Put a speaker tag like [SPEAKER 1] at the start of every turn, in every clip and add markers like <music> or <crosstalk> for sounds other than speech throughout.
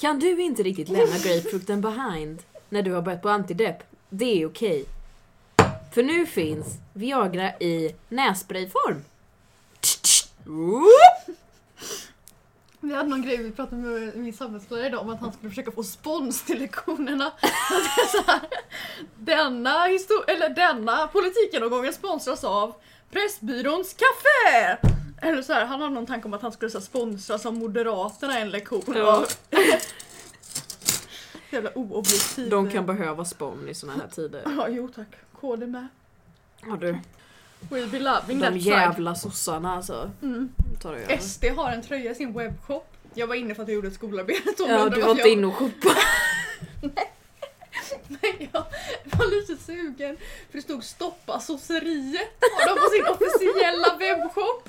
[SPEAKER 1] Kan du inte riktigt lämna grapefrukten behind när du har börjat på antidepp? Det är okej. För nu finns Viagra i nässprayform.
[SPEAKER 2] Vi hade någon grej vi pratade med min samhällslärare idag om att han skulle försöka få spons till lektionerna. <laughs> Att det är så här, denna, histor- eller denna politiken sponsras av Pressbyråns kaffe! Eller så här, han hade någon tanke om att han skulle så här, sponsras av Moderaterna en lektion.
[SPEAKER 1] Ja.
[SPEAKER 2] Jävla oobjektiv.
[SPEAKER 1] De kan behöva spån i såna här tider.
[SPEAKER 2] Ja, jo tack. KD med.
[SPEAKER 1] Ja du,
[SPEAKER 2] We'll be loving
[SPEAKER 1] de
[SPEAKER 2] that
[SPEAKER 1] jävla sossarna alltså.
[SPEAKER 2] pride. Mm.
[SPEAKER 1] Tar det över.
[SPEAKER 2] SD har en tröja i sin webbshop. Jag var inne för att jag gjorde ett skolarbete. Hon
[SPEAKER 1] Ja,
[SPEAKER 2] undrade
[SPEAKER 1] du var
[SPEAKER 2] varför
[SPEAKER 1] inte
[SPEAKER 2] jag-
[SPEAKER 1] inne och shoppade.
[SPEAKER 2] <laughs> Nej, jag var lite sugen för det stod stoppa sosseriet har de på sin officiella webbshop.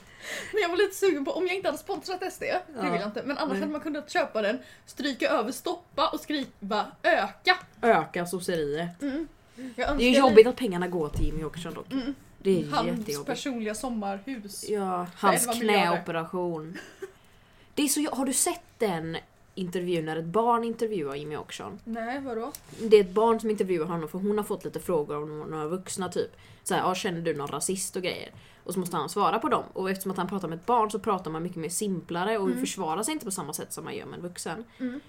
[SPEAKER 2] Men jag var lite sugen på om jag inte hade sponsrat SD, det vill jag inte, men annars
[SPEAKER 1] Nej.
[SPEAKER 2] hade man kunnat köpa den, stryka över stoppa och skriva öka.
[SPEAKER 1] Öka sosseriet.
[SPEAKER 2] Jag önskar
[SPEAKER 1] Mm. Det är ju
[SPEAKER 2] dig
[SPEAKER 1] jobbigt att pengarna går till Jimmy Åkesson dock.
[SPEAKER 2] Mm.
[SPEAKER 1] Det är
[SPEAKER 2] Hans
[SPEAKER 1] jättejobbigt.
[SPEAKER 2] personliga sommarhus.
[SPEAKER 1] Ja, hans
[SPEAKER 2] 11 miljarder.
[SPEAKER 1] knäoperation. Det är så, har du sett den intervjun när ett barn intervjuar Jimmy Åkesson?
[SPEAKER 2] Nej, vadå?
[SPEAKER 1] Det är ett barn som intervjuar honom för hon har fått lite frågor om några vuxna typ. Så här, "Ah, känner du någon rasist och grejer? Och så måste han svara på dem. Och eftersom att han pratar med ett barn så pratar man mycket mer simplare och försvarar sig inte på samma sätt som man gör med en vuxen.
[SPEAKER 2] Mm.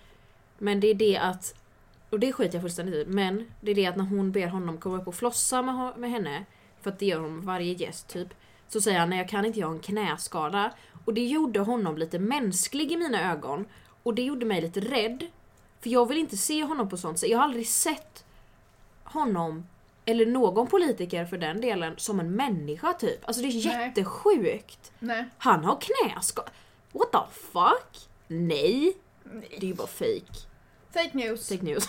[SPEAKER 1] Men det är det att, och det skiter jag fullständigt i, men det är det att när hon ber honom komma upp och flossa med, ho- med henne, för att det gör hon varje gäst typ, så säger han nej jag kan inte, jag har en knäskada. Och det gjorde honom lite mänsklig i mina ögon. Och det gjorde mig lite rädd. För jag vill inte se honom på sånt sätt. Jag har aldrig sett honom, eller någon politiker för den delen, som en människa typ. Alltså det är
[SPEAKER 2] Nej.
[SPEAKER 1] jättesjukt.
[SPEAKER 2] Nej.
[SPEAKER 1] Han har knäskada. What the fuck? Nej. Det är ju bara fake.
[SPEAKER 2] Fake news.
[SPEAKER 1] Fake news. <laughs>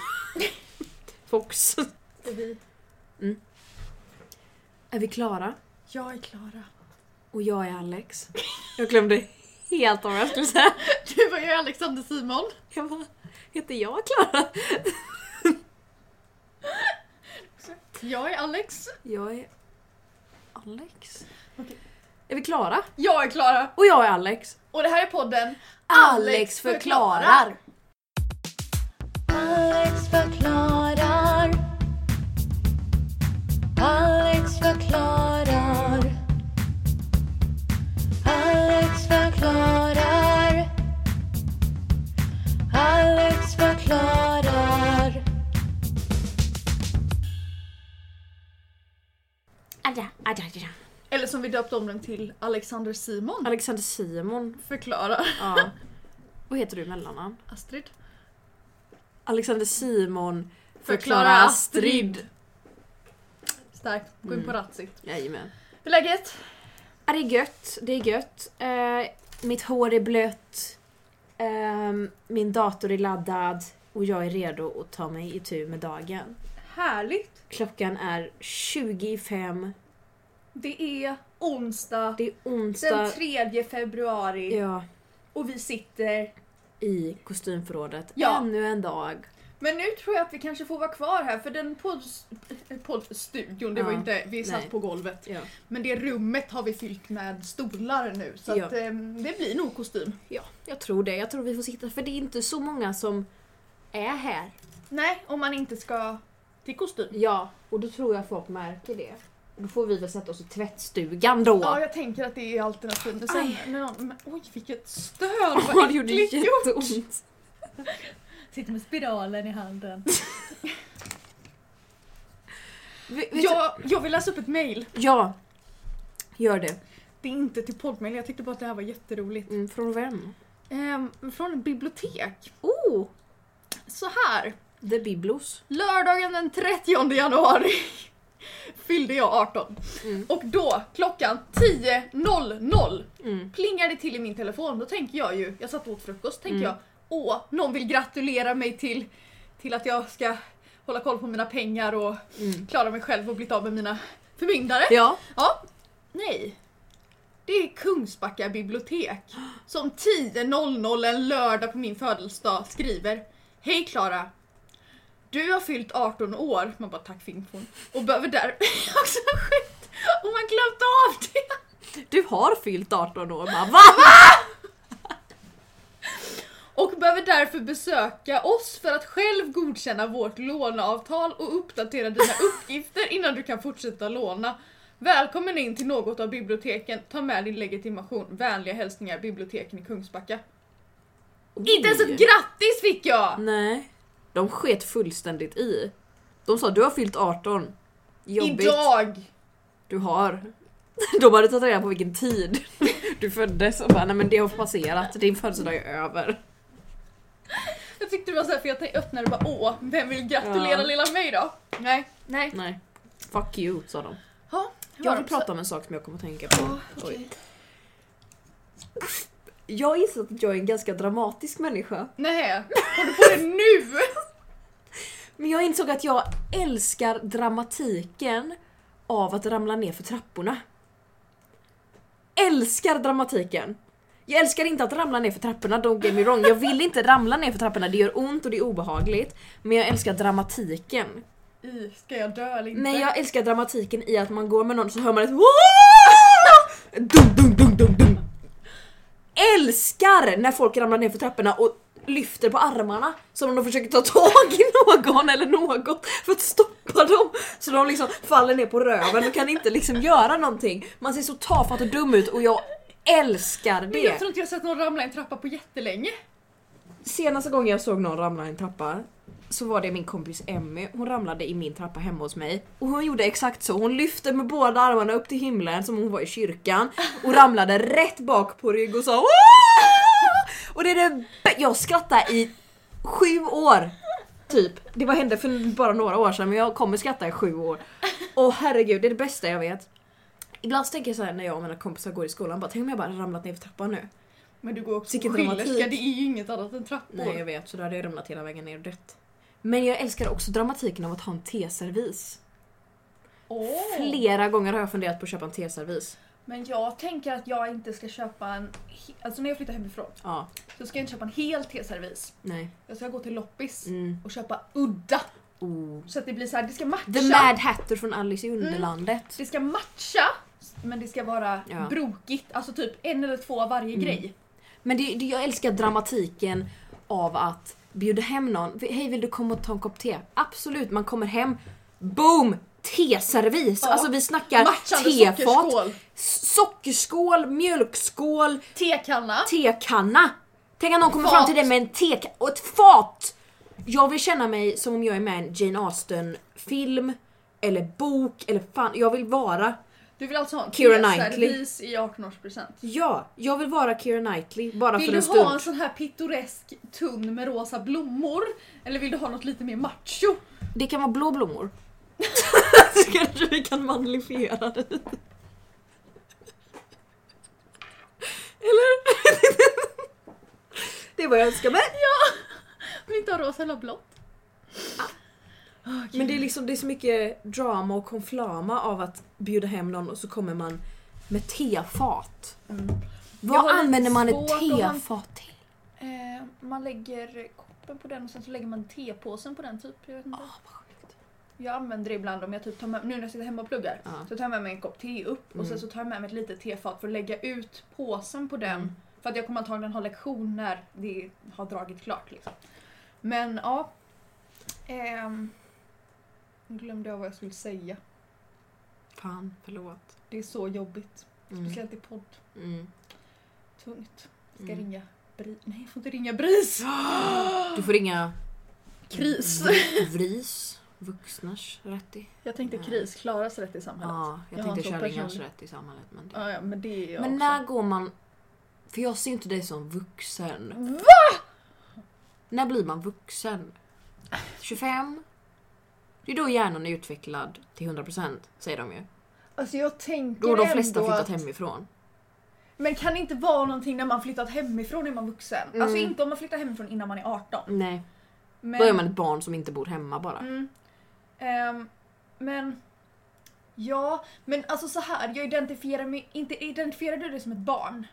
[SPEAKER 1] Fox.
[SPEAKER 2] Det är vi.
[SPEAKER 1] Är vi klara?
[SPEAKER 2] Jag är Klara.
[SPEAKER 1] Och jag är <laughs> Alex. Jag glömde helt vad jag skulle säga.
[SPEAKER 2] <laughs> Du var ju Alexander Simon.
[SPEAKER 1] Jag bara, heter jag Klara?
[SPEAKER 2] Jag är Alex.
[SPEAKER 1] Jag är Alex.
[SPEAKER 2] Okej.
[SPEAKER 1] Är vi klara?
[SPEAKER 2] Jag är Klara.
[SPEAKER 1] Och jag är Alex.
[SPEAKER 2] Och det här är podden
[SPEAKER 1] Alex förklarar.
[SPEAKER 3] Alex förklarar. Alex förklarar. Alex förklarar. Alex förklarar.
[SPEAKER 1] Adja, adja, adja.
[SPEAKER 2] Eller som vi döpte om den till, Alexander Simon.
[SPEAKER 1] Alexander Simon.
[SPEAKER 2] Förklara.
[SPEAKER 1] Ja. vad heter du i mellannamn?
[SPEAKER 2] Astrid.
[SPEAKER 1] Alexander Simon
[SPEAKER 2] Förklara Astrid. Starkt. Gå
[SPEAKER 1] Mm.
[SPEAKER 2] in på Ratsit.
[SPEAKER 1] Jajamän.
[SPEAKER 2] Hur är läget?
[SPEAKER 1] Ja, det är gött, det är gött. Eh, mitt hår är blött. Ehm, min dator är laddad. Och jag är redo att ta mig itu med dagen.
[SPEAKER 2] Härligt.
[SPEAKER 1] Klockan är 20 i fem.
[SPEAKER 2] Det är onsdag
[SPEAKER 1] Det är onsdag.
[SPEAKER 2] den 3 februari
[SPEAKER 1] Ja,
[SPEAKER 2] och vi sitter...
[SPEAKER 1] i kostymförrådet.
[SPEAKER 2] Ja.
[SPEAKER 1] Ännu en dag.
[SPEAKER 2] Men nu tror jag att vi kanske får vara kvar här för den podd- eh, poddstudion, det var
[SPEAKER 1] Ja.
[SPEAKER 2] inte, vi satt
[SPEAKER 1] Nej.
[SPEAKER 2] på golvet.
[SPEAKER 1] Ja.
[SPEAKER 2] Men det rummet har vi fyllt med stolar nu så
[SPEAKER 1] Ja.
[SPEAKER 2] att, eh, det blir nog kostym.
[SPEAKER 1] ja, jag tror det. Jag tror vi får sitta. För det är inte så många som är här.
[SPEAKER 2] Nej, om man inte ska till kostym.
[SPEAKER 1] Ja, och då tror jag folk märker det. Då får vi väl sätta oss i tvättstugan då.
[SPEAKER 2] Ja, jag tänker att det är alternativ. Men sen,
[SPEAKER 1] Aj.
[SPEAKER 2] när någon, men, oj, vilket
[SPEAKER 1] <laughs>
[SPEAKER 2] stön! Vad
[SPEAKER 1] Åh, det gjorde
[SPEAKER 2] äckligt gjort.
[SPEAKER 1] jätteont.
[SPEAKER 2] Sitter med spiralen i handen.
[SPEAKER 1] Vet- vet
[SPEAKER 2] <laughs> Jag, jag vill läsa upp ett mail.
[SPEAKER 1] du- ja, gör det.
[SPEAKER 2] Det är inte till poddmail, jag tyckte bara att det här var jätteroligt.
[SPEAKER 1] Mm, från vem?
[SPEAKER 2] Ehm, från ett bibliotek.
[SPEAKER 1] Oh,
[SPEAKER 2] Så här.
[SPEAKER 1] The Biblos.
[SPEAKER 2] Lördagen den 30 januari <laughs> fyllde jag 18.
[SPEAKER 1] Mm.
[SPEAKER 2] Och då, klockan 10.00
[SPEAKER 1] Mm.
[SPEAKER 2] plingar det till i min telefon. Då tänker jag ju, jag satt och åt frukost, tänker
[SPEAKER 1] Mm.
[SPEAKER 2] jag åh, någon vill gratulera mig till, till att jag ska hålla koll på mina pengar och
[SPEAKER 1] Mm.
[SPEAKER 2] klara mig själv och blivit av med mina förmyndare.
[SPEAKER 1] Ja.
[SPEAKER 2] Ja, nej. Det är Kungsbacka bibliotek som 10.00 en lördag på min födelsedag skriver Hej Klara! Du har fyllt 18 år, man bara tack för infon, och behöver där <laughs> också skit och man glömde av det!
[SPEAKER 1] Du har fyllt 18 år, man. Va?
[SPEAKER 2] och behöver därför besöka oss för att själv godkänna vårt låneavtal och uppdatera dina uppgifter innan du kan fortsätta låna. Välkommen in till något av biblioteken. Ta med din legitimation. Vänliga hälsningar biblioteken i Kungsbacka. Inte ens ett
[SPEAKER 1] <laughs> Oj.
[SPEAKER 2] grattis fick jag!
[SPEAKER 1] Nej. De sket fullständigt i. De sa du har fyllt 18. Jobbigt.
[SPEAKER 2] Idag!
[SPEAKER 1] Du har. <laughs> De hade tagit reda på vilken tid <laughs> du föddes och bara nej men det har passerat, din födelsedag är över.
[SPEAKER 2] Jag tyckte det var såhär för jag tänkte- öppnade och bara åh, vem vill gratulera
[SPEAKER 1] Ja.
[SPEAKER 2] lilla mig då? Nej, nej.
[SPEAKER 1] Nej. Fuck you sa de.
[SPEAKER 2] Ha,
[SPEAKER 1] Jag vill prata om en sak som jag kommer att tänka på.
[SPEAKER 2] Oj.
[SPEAKER 1] Oj. Jag har insett att jag är en ganska dramatisk människa.
[SPEAKER 2] Nej, har du på det nu? <laughs>
[SPEAKER 1] Men jag insåg att jag älskar dramatiken av att ramla ner för trapporna. Älskar dramatiken! Jag älskar inte att ramla ner för trapporna, don't get me wrong. Jag vill inte ramla ner för trapporna, det gör ont och det är obehagligt. Men jag älskar dramatiken.
[SPEAKER 2] I, ska jag dö eller inte?
[SPEAKER 1] Nej, jag älskar dramatiken i att man går med någon så hör man ett "Wah!" dum, dum, dum, dum, dum. Älskar när folk ramlar ner för trapporna och lyfter på armarna som om de försöker ta tag i <laughs> någon eller något för att stoppa dem så de liksom faller ner på röven och kan inte liksom göra någonting. Man ser så tafatt och dum ut och jag älskar
[SPEAKER 2] Men
[SPEAKER 1] det.
[SPEAKER 2] jag tror inte jag har sett någon ramla i en trappa på jättelänge.
[SPEAKER 1] Senaste gången jag såg någon ramla i en trappa så var det min kompis Emmy. Hon ramlade i min trappa hemma hos mig och hon gjorde exakt så. Hon lyfte med båda armarna upp till himlen som hon var i kyrkan och ramlade rätt bak på rygg och sa "Åh!" Och det är det bä- Jag skrattade i sju år. Typ. Det var hände för bara några år sedan men jag kommer skratta i sju år. Och herregud, det är det bästa jag vet. Ibland så tänker jag så här när jag och mina kompisar går i skolan, bara, tänk om jag bara ramlat ner för trappan nu.
[SPEAKER 2] Men du går också
[SPEAKER 1] Vilken
[SPEAKER 2] på Schillerska,
[SPEAKER 1] dramatik.
[SPEAKER 2] det är ju inget annat än trappor.
[SPEAKER 1] Nej jag vet, så då hade jag ramlat hela vägen ner och dött. Men jag älskar också dramatiken av att ha en teservis.
[SPEAKER 2] Åh.
[SPEAKER 1] Flera gånger har jag funderat på att köpa en teservis.
[SPEAKER 2] Men jag tänker att jag inte ska köpa en... he- Alltså när jag flyttar hemifrån
[SPEAKER 1] Ja,
[SPEAKER 2] så ska jag inte köpa en hel teservis.
[SPEAKER 1] nej.
[SPEAKER 2] Jag ska gå till loppis
[SPEAKER 1] Mm.
[SPEAKER 2] och köpa udda.
[SPEAKER 1] Oh.
[SPEAKER 2] Så att det blir så här, det ska matcha.
[SPEAKER 1] The Mad Hatter från Alice i
[SPEAKER 2] Mm.
[SPEAKER 1] Underlandet.
[SPEAKER 2] Det ska matcha men det ska vara
[SPEAKER 1] Ja. Mm.
[SPEAKER 2] brokigt. Alltså typ en eller två av varje grej.
[SPEAKER 1] Men det, det, jag älskar dramatiken av att bjuda hem någon. Vi- Hej vill du komma och ta en kopp te? Absolut, man kommer hem. Boom! Teservis!
[SPEAKER 2] Ja.
[SPEAKER 1] Alltså vi snackar
[SPEAKER 2] Matchande
[SPEAKER 1] tefat,
[SPEAKER 2] sockerskål.
[SPEAKER 1] sockerskål, mjölkskål,
[SPEAKER 2] Tekanna.
[SPEAKER 1] tekanna. Tänk att någon kommer
[SPEAKER 2] Fat.
[SPEAKER 1] fram till dig med en tek och ett fat. Jag vill känna mig som om jag är med i en Jane Austen film eller bok eller fan, jag vill vara
[SPEAKER 2] Du vill alltså ha en
[SPEAKER 1] Keira
[SPEAKER 2] teservis i 18-årspresent?
[SPEAKER 1] Ja, jag vill vara Keira Knightley bara
[SPEAKER 2] Vill
[SPEAKER 1] för
[SPEAKER 2] du
[SPEAKER 1] en
[SPEAKER 2] ha
[SPEAKER 1] stund.
[SPEAKER 2] en sån här pittoresk tunn med rosa blommor? Eller vill du ha något lite mer macho?
[SPEAKER 1] Det kan vara blå blommor. <laughs> Så kanske vi kan manlifiera det. Eller? <laughs> det är vad jag önskar mig.
[SPEAKER 2] Vill inte ha rosa eller blått?
[SPEAKER 1] Men det är liksom det är så mycket drama och konflama av att bjuda hem någon och så kommer man med tefat.
[SPEAKER 2] Mm. Jag
[SPEAKER 1] Vad
[SPEAKER 2] har lite
[SPEAKER 1] använder man ett
[SPEAKER 2] svårt om man-
[SPEAKER 1] tefat till?
[SPEAKER 2] Eh, man lägger koppen på den och sen så lägger man tepåsen på den typ. Jag, vet inte.
[SPEAKER 1] Åh, Ah, vad sjukt.
[SPEAKER 2] jag använder det ibland om jag typ tar med, nu när jag sitter hemma och pluggar.
[SPEAKER 1] Ja. Mm.
[SPEAKER 2] Så tar jag med mig en kopp te upp och sen så tar jag med mig ett litet tefat för att lägga ut påsen på den.
[SPEAKER 1] Mm.
[SPEAKER 2] För att jag kommer antagligen ha lektion när det har dragit klart. Liksom. Men ja. Ehm, nu glömde jag vad jag skulle säga.
[SPEAKER 1] Fan, förlåt.
[SPEAKER 2] Det är så jobbigt.
[SPEAKER 1] Mm.
[SPEAKER 2] Speciellt i podd.
[SPEAKER 1] Mm.
[SPEAKER 2] Tungt. Ska
[SPEAKER 1] Mm.
[SPEAKER 2] ringa Bris. Nej, jag får inte
[SPEAKER 1] <gasps>
[SPEAKER 2] ringa Bris!
[SPEAKER 1] Du får ringa
[SPEAKER 2] Kris.
[SPEAKER 1] Vri- VRIS, vuxnas rätt i.
[SPEAKER 2] Jag tänkte kris, Klaras rätt i samhället.
[SPEAKER 1] Ja,
[SPEAKER 2] Jag
[SPEAKER 1] jag
[SPEAKER 2] har
[SPEAKER 1] tänkte
[SPEAKER 2] en sån
[SPEAKER 1] kärringars
[SPEAKER 2] person.
[SPEAKER 1] rätt i samhället. Men, det.
[SPEAKER 2] Ja, ja, men det är jag
[SPEAKER 1] men
[SPEAKER 2] också.
[SPEAKER 1] när går man... För jag ser inte dig som vuxen.
[SPEAKER 2] Va?
[SPEAKER 1] När blir man vuxen? 25? Det är då hjärnan är utvecklad till 100% säger de ju.
[SPEAKER 2] Alltså jag tänker
[SPEAKER 1] Då har de flesta
[SPEAKER 2] ändå
[SPEAKER 1] flyttat
[SPEAKER 2] att...
[SPEAKER 1] hemifrån.
[SPEAKER 2] Men kan det inte vara någonting när man flyttat hemifrån är man vuxen?
[SPEAKER 1] Mm.
[SPEAKER 2] Alltså inte om man flyttar hemifrån innan man är 18.
[SPEAKER 1] Nej,
[SPEAKER 2] Men...
[SPEAKER 1] då är man ett barn som inte bor hemma bara.
[SPEAKER 2] Mm. Ehm, men... Ja, men alltså så här, jag identifierar mig inte... Identifierar du dig som ett barn?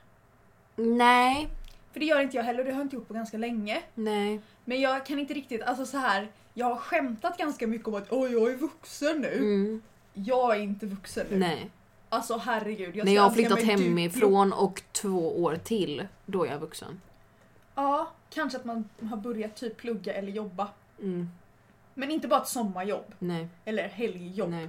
[SPEAKER 1] Nej,
[SPEAKER 2] För det gör inte jag heller, det har jag inte gjort på ganska länge.
[SPEAKER 1] nej.
[SPEAKER 2] Men jag kan inte riktigt, alltså så här. Jag har skämtat ganska mycket om att oj, jag är vuxen nu.
[SPEAKER 1] Mm,
[SPEAKER 2] Jag är inte vuxen nu.
[SPEAKER 1] nej.
[SPEAKER 2] Alltså herregud.
[SPEAKER 1] När jag har
[SPEAKER 2] önskar
[SPEAKER 1] flyttat
[SPEAKER 2] mig Duplo.
[SPEAKER 1] hemifrån och två år till, då är jag vuxen.
[SPEAKER 2] Ja, Kanske att man har börjat typ plugga eller jobba.
[SPEAKER 1] Mm.
[SPEAKER 2] Men inte bara ett sommarjobb
[SPEAKER 1] Nej,
[SPEAKER 2] eller helgjobb.
[SPEAKER 1] nej.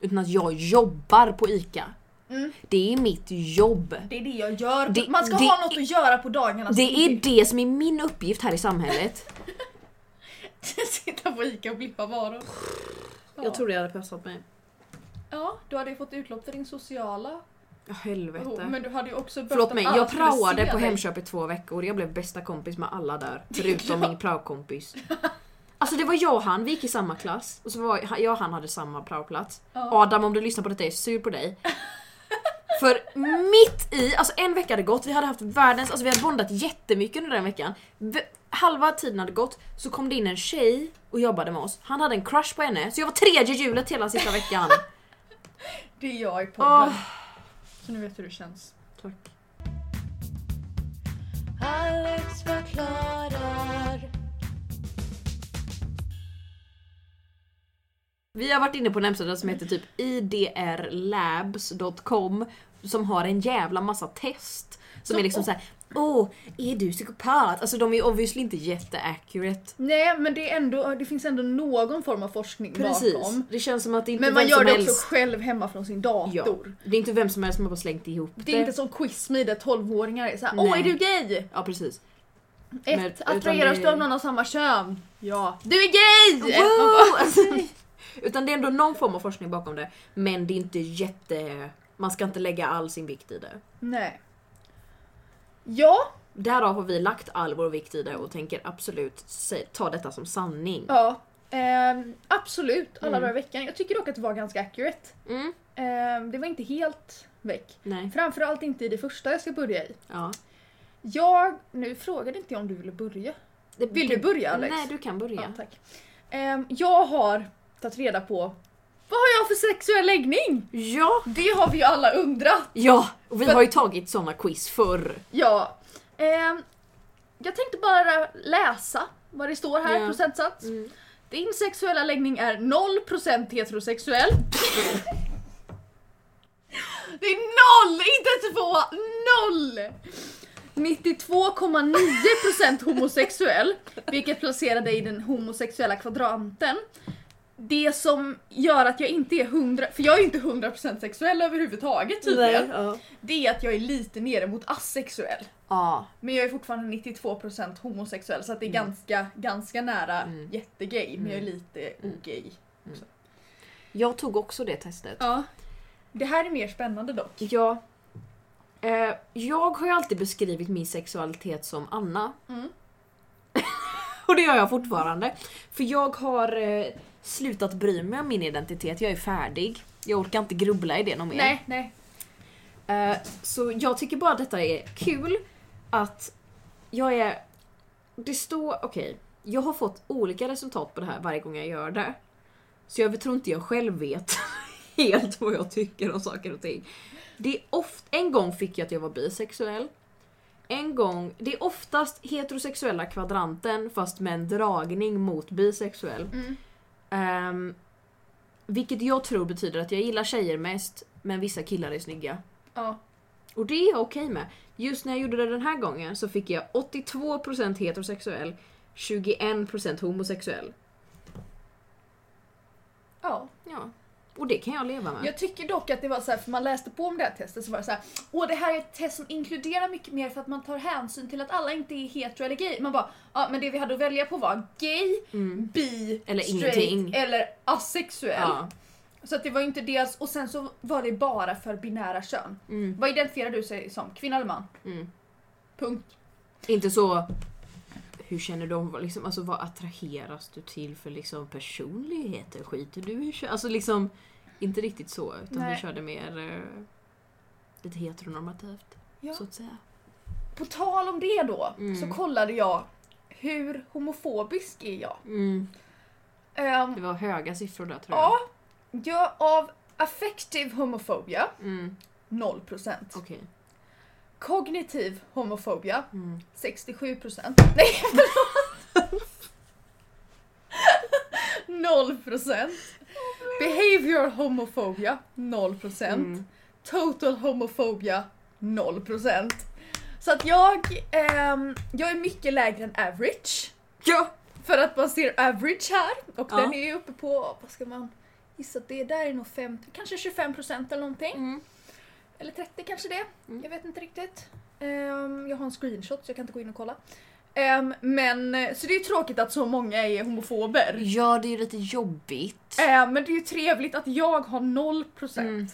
[SPEAKER 1] Utan att jag jobbar på ICA.
[SPEAKER 2] Mm. Alltså,
[SPEAKER 1] Det är mitt jobb.
[SPEAKER 2] Det är det jag gör.
[SPEAKER 1] Det-
[SPEAKER 2] man ska
[SPEAKER 1] det-
[SPEAKER 2] ha något att göra på dagarna. så
[SPEAKER 1] Det är
[SPEAKER 2] <laughs> inte
[SPEAKER 1] det som är min uppgift här i samhället.
[SPEAKER 2] Sitta på Ica och blippa varor. Ja.
[SPEAKER 1] Jag trodde jag hade passat mig.
[SPEAKER 2] Ja, du hade ju fått utlopp för din sociala.
[SPEAKER 1] Ja, helvete.
[SPEAKER 2] Oh, men du hade ju också behövt
[SPEAKER 1] Förlåt
[SPEAKER 2] att
[SPEAKER 1] mig,
[SPEAKER 2] alla
[SPEAKER 1] jag
[SPEAKER 2] skulle se
[SPEAKER 1] praoade på
[SPEAKER 2] dig.
[SPEAKER 1] Hemköp i två veckor. Jag blev bästa kompis med alla där. Förutom min praokompis. Alltså det var jag och han, vi gick i samma klass. Och så var jag och han hade samma praoplats.
[SPEAKER 2] Ja.
[SPEAKER 1] Adam om du lyssnar på detta, jag är sur på dig. För mitt i, alltså en vecka hade gått, vi hade haft världens, alltså vi hade bondat jättemycket under den veckan. V- Halva tiden hade gått, så kom det in en tjej och jobbade med oss. Han hade en crush på henne, så jag var tredje hjulet hela sista veckan.
[SPEAKER 2] Det är jag i podden.
[SPEAKER 1] Åh.
[SPEAKER 2] Så nu vet du hur det känns.
[SPEAKER 1] Tack.
[SPEAKER 3] Alex förklarar.
[SPEAKER 1] Vi har varit inne på en hemsida som heter typ idrlabs.com som har en jävla massa test. Som
[SPEAKER 2] Så-
[SPEAKER 1] är liksom såhär, åh, är du psykopat? Alltså de är ju obviously inte jätteaccurate.
[SPEAKER 2] Nej men det, är ändå, det finns ändå någon form av forskning
[SPEAKER 1] Precis.
[SPEAKER 2] bakom.
[SPEAKER 1] Det känns som att det är inte
[SPEAKER 2] Men man
[SPEAKER 1] vem
[SPEAKER 2] gör
[SPEAKER 1] som
[SPEAKER 2] det
[SPEAKER 1] helst.
[SPEAKER 2] också själv hemma från
[SPEAKER 1] Ja.
[SPEAKER 2] sin dator.
[SPEAKER 1] Det är inte vem som helst som har bara slängt ihop det.
[SPEAKER 2] Det är inte som Quizme där 12-åringar är såhär
[SPEAKER 1] Nej.
[SPEAKER 2] Åh är du gay?
[SPEAKER 1] Ja precis. Men-
[SPEAKER 2] Ett,
[SPEAKER 1] utan
[SPEAKER 2] Attraheras
[SPEAKER 1] det-
[SPEAKER 2] du av någon av samma kön? Ja. Du är gay! Man
[SPEAKER 1] Wow! <laughs> Alltså, utan det är ändå någon form av forskning bakom det. Men det är inte jätte... Man ska inte lägga all sin vikt i det.
[SPEAKER 2] Nej. Ja,
[SPEAKER 1] Därav har vi lagt all vår vikt i det och tänker absolut se- ta detta som sanning.
[SPEAKER 2] ja. Ehm, absolut, alla
[SPEAKER 1] Mm.
[SPEAKER 2] dagar i veckan. Jag tycker dock att det var ganska accurate.
[SPEAKER 1] Mm,
[SPEAKER 2] Ehm, det var inte helt väck.
[SPEAKER 1] nej.
[SPEAKER 2] Framförallt inte i det första jag ska börja i.
[SPEAKER 1] Ja.
[SPEAKER 2] Jag, nu frågade inte jag om du ville börja.
[SPEAKER 1] Det-
[SPEAKER 2] Vill du börja Alex?
[SPEAKER 1] Nej, du kan börja.
[SPEAKER 2] Ja, tack. Ehm, jag har tagit reda på vad har jag för sexuell läggning?
[SPEAKER 1] Ja!
[SPEAKER 2] Det har vi ju alla undrat.
[SPEAKER 1] Ja! Och vi
[SPEAKER 2] För-
[SPEAKER 1] har ju tagit såna quiz förr.
[SPEAKER 2] Ja. Ehm, jag tänkte bara läsa vad det står här,
[SPEAKER 1] Ja.
[SPEAKER 2] procentsats.
[SPEAKER 1] Mm.
[SPEAKER 2] Din sexuella läggning är 0% heterosexuell. det är noll, inte två, noll! 92,9% homosexuell, vilket placerar dig i den homosexuella kvadranten. Det som gör att jag inte är 100, för jag är inte 100% sexuell överhuvudtaget tydligen.
[SPEAKER 1] ja.
[SPEAKER 2] Det är att jag är lite nere mot asexuell.
[SPEAKER 1] ja.
[SPEAKER 2] Men jag är fortfarande 92% homosexuell så att det är ganska, ganska nära
[SPEAKER 1] Mm.
[SPEAKER 2] jättegay men jag är lite ogay.
[SPEAKER 1] Jag tog också det testet.
[SPEAKER 2] Ja. Det här är mer spännande dock.
[SPEAKER 1] Ja. Eh, jag har ju alltid beskrivit min sexualitet som Anna.
[SPEAKER 2] Mm.
[SPEAKER 1] <laughs> Och det gör jag fortfarande. För jag har eh, slutat bry mig om min identitet, jag är färdig. Jag orkar inte grubbla i det någon mer.
[SPEAKER 2] Nej, nej.
[SPEAKER 1] Eh, så jag tycker bara att detta är kul att jag är... Det står... Okej. jag har fått olika resultat på det här varje gång jag gör det. Så jag tror inte jag själv vet <laughs> helt vad jag tycker om saker och ting. Det är oft, en gång fick jag att jag var bisexuell. En gång, det är oftast heterosexuella kvadranten fast med en dragning mot bisexuell.
[SPEAKER 2] Mm.
[SPEAKER 1] Ehm, vilket jag tror betyder att jag gillar tjejer mest men vissa killar är snygga.
[SPEAKER 2] Ja.
[SPEAKER 1] Och det är jag okej med. Just när jag gjorde det den här gången så fick jag 82% heterosexuell, 21% homosexuell.
[SPEAKER 2] ja.
[SPEAKER 1] Ja. Och det kan jag leva med.
[SPEAKER 2] Jag tycker dock att det var så här, för man läste på om det här testet så var det så här, åh det här är ett test som inkluderar mycket mer för att man tar hänsyn till att alla inte är hetero eller gay. Man bara, ja men det vi hade att välja på var gay,
[SPEAKER 1] Mm.
[SPEAKER 2] bi,
[SPEAKER 1] Eller
[SPEAKER 2] straight
[SPEAKER 1] ingenting.
[SPEAKER 2] eller asexuell.
[SPEAKER 1] Ja.
[SPEAKER 2] Så att det var inte dels, och sen så var det bara för binära kön.
[SPEAKER 1] Mm.
[SPEAKER 2] Vad identifierar du sig som? Kvinna eller man?
[SPEAKER 1] Mm.
[SPEAKER 2] Punkt.
[SPEAKER 1] Inte så... Hur känner de? Vad Liksom, alltså, vad attraheras du till för liksom, personligheter? Skiter du i kö- Alltså liksom... Inte riktigt så, utan
[SPEAKER 2] Nej.
[SPEAKER 1] vi körde mer... Eh, lite heteronormativt,
[SPEAKER 2] Ja.
[SPEAKER 1] så att säga.
[SPEAKER 2] På tal om det då,
[SPEAKER 1] Mm.
[SPEAKER 2] så kollade jag hur homofobisk är jag?
[SPEAKER 1] Mm.
[SPEAKER 2] Ehm,
[SPEAKER 1] Det var höga siffror där tror jag.
[SPEAKER 2] ja, jag av affective homofobia,
[SPEAKER 1] Mm.
[SPEAKER 2] 0%.
[SPEAKER 1] Okej.
[SPEAKER 2] Kognitiv homofobia,
[SPEAKER 1] Mm.
[SPEAKER 2] 67%. <laughs> Nej, förlåt! 0%. Behavior homofobia, 0%.
[SPEAKER 1] Mm.
[SPEAKER 2] Total homofobia 0% Så att jag, ehm, jag är mycket lägre än average.
[SPEAKER 1] Ja!
[SPEAKER 2] För att man ser average här och
[SPEAKER 1] Ja.
[SPEAKER 2] den är ju uppe på, vad ska man gissa, att det där är nog 50, kanske 25% eller någonting. Eller 30 kanske det.
[SPEAKER 1] Mm.
[SPEAKER 2] Jag vet inte riktigt. Ehm, jag har en screenshot så jag kan inte gå in och kolla. Ehm, men, så det är ju tråkigt att så många är homofober.
[SPEAKER 1] Ja, det är ju lite jobbigt.
[SPEAKER 2] Ehm, men det är ju trevligt att jag har 0%.
[SPEAKER 1] Mm.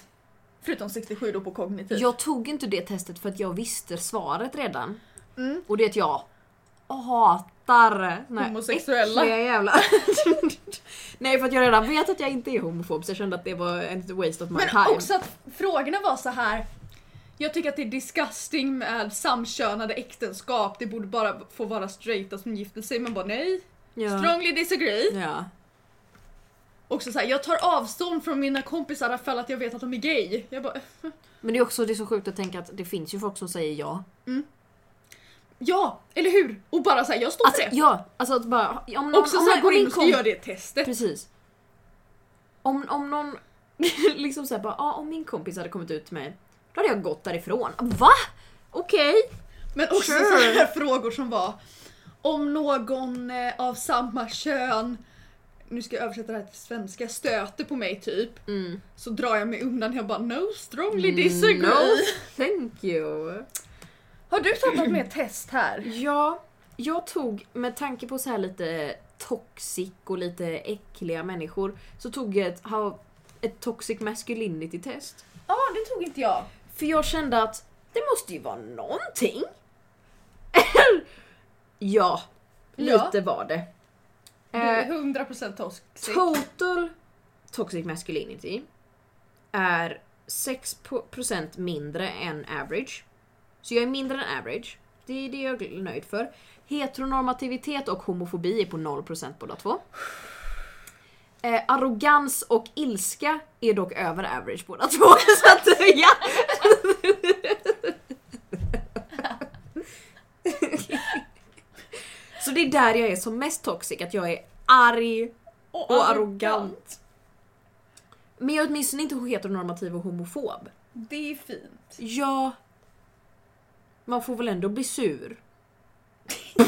[SPEAKER 2] Förutom 67 då på kognitiv.
[SPEAKER 1] Jag tog inte det testet för att jag visste svaret redan.
[SPEAKER 2] Mm.
[SPEAKER 1] Och det är att jag hatar den här
[SPEAKER 2] Homosexuella.
[SPEAKER 1] äckliga jävla... <laughs> Nej, för att jag redan vet att jag inte är homofob så jag kände att det var en waste of my
[SPEAKER 2] Men
[SPEAKER 1] time.
[SPEAKER 2] också att frågorna var så här. Jag tycker att det är disgusting med samkönade äktenskap. Det borde bara få vara straighta som gifter sig. Men bara nej.
[SPEAKER 1] ja.
[SPEAKER 2] Strongly disagree.
[SPEAKER 1] ja.
[SPEAKER 2] Också så här, jag tar avstånd från mina kompisar ifall att jag vet att de är gay. Jag bara,
[SPEAKER 1] Men det är också det är så sjukt att tänka att det finns ju folk som säger ja.
[SPEAKER 2] ja, eller hur? Och bara säga jag står
[SPEAKER 1] Alltså,
[SPEAKER 2] för det.
[SPEAKER 1] ja, alltså att bara... Om någon,
[SPEAKER 2] Också
[SPEAKER 1] om
[SPEAKER 2] så
[SPEAKER 1] någon
[SPEAKER 2] här,
[SPEAKER 1] går
[SPEAKER 2] går
[SPEAKER 1] in
[SPEAKER 2] in och ska
[SPEAKER 1] kom-
[SPEAKER 2] göra det testet.
[SPEAKER 1] Precis. Om, om någon <laughs> liksom såhär bara, ah, om min kompis hade kommit ut till mig, då hade jag gått därifrån. Va? Okej.
[SPEAKER 2] Men också
[SPEAKER 1] Sure.
[SPEAKER 2] sådana här frågor som var om någon eh, av samma kön, nu ska jag översätta det här till svenska, stöter på mig typ.
[SPEAKER 1] Mm.
[SPEAKER 2] Så drar jag mig undan, jag bara no strongly disagree.
[SPEAKER 1] No, thank you.
[SPEAKER 2] Har du tagit något mer test här?
[SPEAKER 1] Ja, jag tog, med tanke på så här lite toxic och lite äckliga människor, så tog jag ett, ha- ett toxic masculinity test.
[SPEAKER 2] Ja, det tog inte jag.
[SPEAKER 1] För jag kände att det måste ju vara någonting. <laughs> ja,
[SPEAKER 2] Ja.
[SPEAKER 1] lite var det.
[SPEAKER 2] Du
[SPEAKER 1] Eh,
[SPEAKER 2] är 100% toxic.
[SPEAKER 1] Total toxic masculinity är 6% mindre än average. Så jag är mindre än average. Det är det jag är nöjd för. Heteronormativitet och homofobi är på 0% båda två. Eh, arrogans och ilska är dock över average båda två. <laughs> Så att, ja. Så det är där jag är som mest toxic, att jag är arg, och arrogant. Men jag är åtminstone inte heteronormativ och homofob.
[SPEAKER 2] Det är fint.
[SPEAKER 1] Ja... Man får väl ändå bli sur.
[SPEAKER 2] Man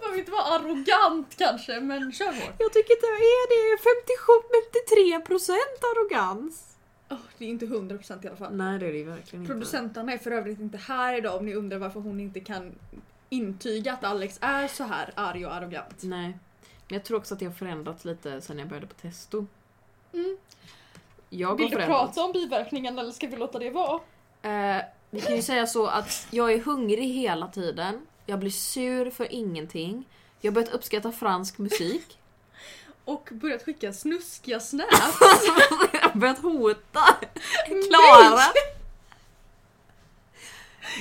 [SPEAKER 2] behöver inte vara arrogant kanske, men kör hårt.
[SPEAKER 1] Jag tycker inte jag är det. 57-53% arrogans.
[SPEAKER 2] Åh, det är inte 100% i alla fall.
[SPEAKER 1] Nej det är det ju verkligen inte.
[SPEAKER 2] Mm. Producenterna är för övrigt inte här idag om ni undrar varför hon inte kan intyga att Alex är så här arg och arrogant.
[SPEAKER 1] Nej. Men jag tror också att det har förändrats lite sen jag började på testo.
[SPEAKER 2] Mm.
[SPEAKER 1] Jag har
[SPEAKER 2] Vill du
[SPEAKER 1] förändrats.
[SPEAKER 2] prata om biverkningen eller ska vi låta det vara?
[SPEAKER 1] Eh, vi kan ju säga så att jag är hungrig hela tiden. Jag blir sur för ingenting. Jag har börjat uppskatta fransk musik.
[SPEAKER 2] Och börjat skicka snuskiga <laughs> snap.
[SPEAKER 1] Jag har börjat hota
[SPEAKER 2] Mm.
[SPEAKER 1] Klara.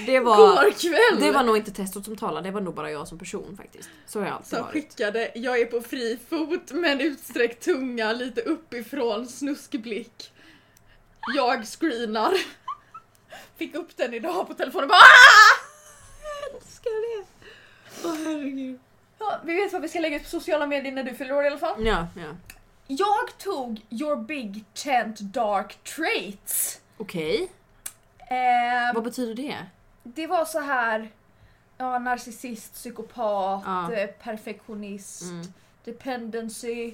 [SPEAKER 1] Det var,
[SPEAKER 2] Igår kväll!
[SPEAKER 1] det var nog inte testot som talade, det var nog bara jag som person faktiskt. Så har jag alltid
[SPEAKER 2] som
[SPEAKER 1] varit.
[SPEAKER 2] skickade “Jag är på fri fot med en utsträckt tunga lite uppifrån snuskblick. Jag screenar”. <laughs> Fick upp den idag på telefonen och bara "Ah!"
[SPEAKER 1] Älskar det. Åh herregud.
[SPEAKER 2] ja, Vi vet vad vi ska lägga ut på sociala medier när du fyller år i alla fall.
[SPEAKER 1] Ja, ja.
[SPEAKER 2] Jag tog Your Big Tent Dark Traits.
[SPEAKER 1] Okej,
[SPEAKER 2] Eh,
[SPEAKER 1] vad betyder det?
[SPEAKER 2] det var så här ja, narcissist, psykopat,
[SPEAKER 1] Ja.
[SPEAKER 2] eh, perfektionist,
[SPEAKER 1] Mm.
[SPEAKER 2] dependency,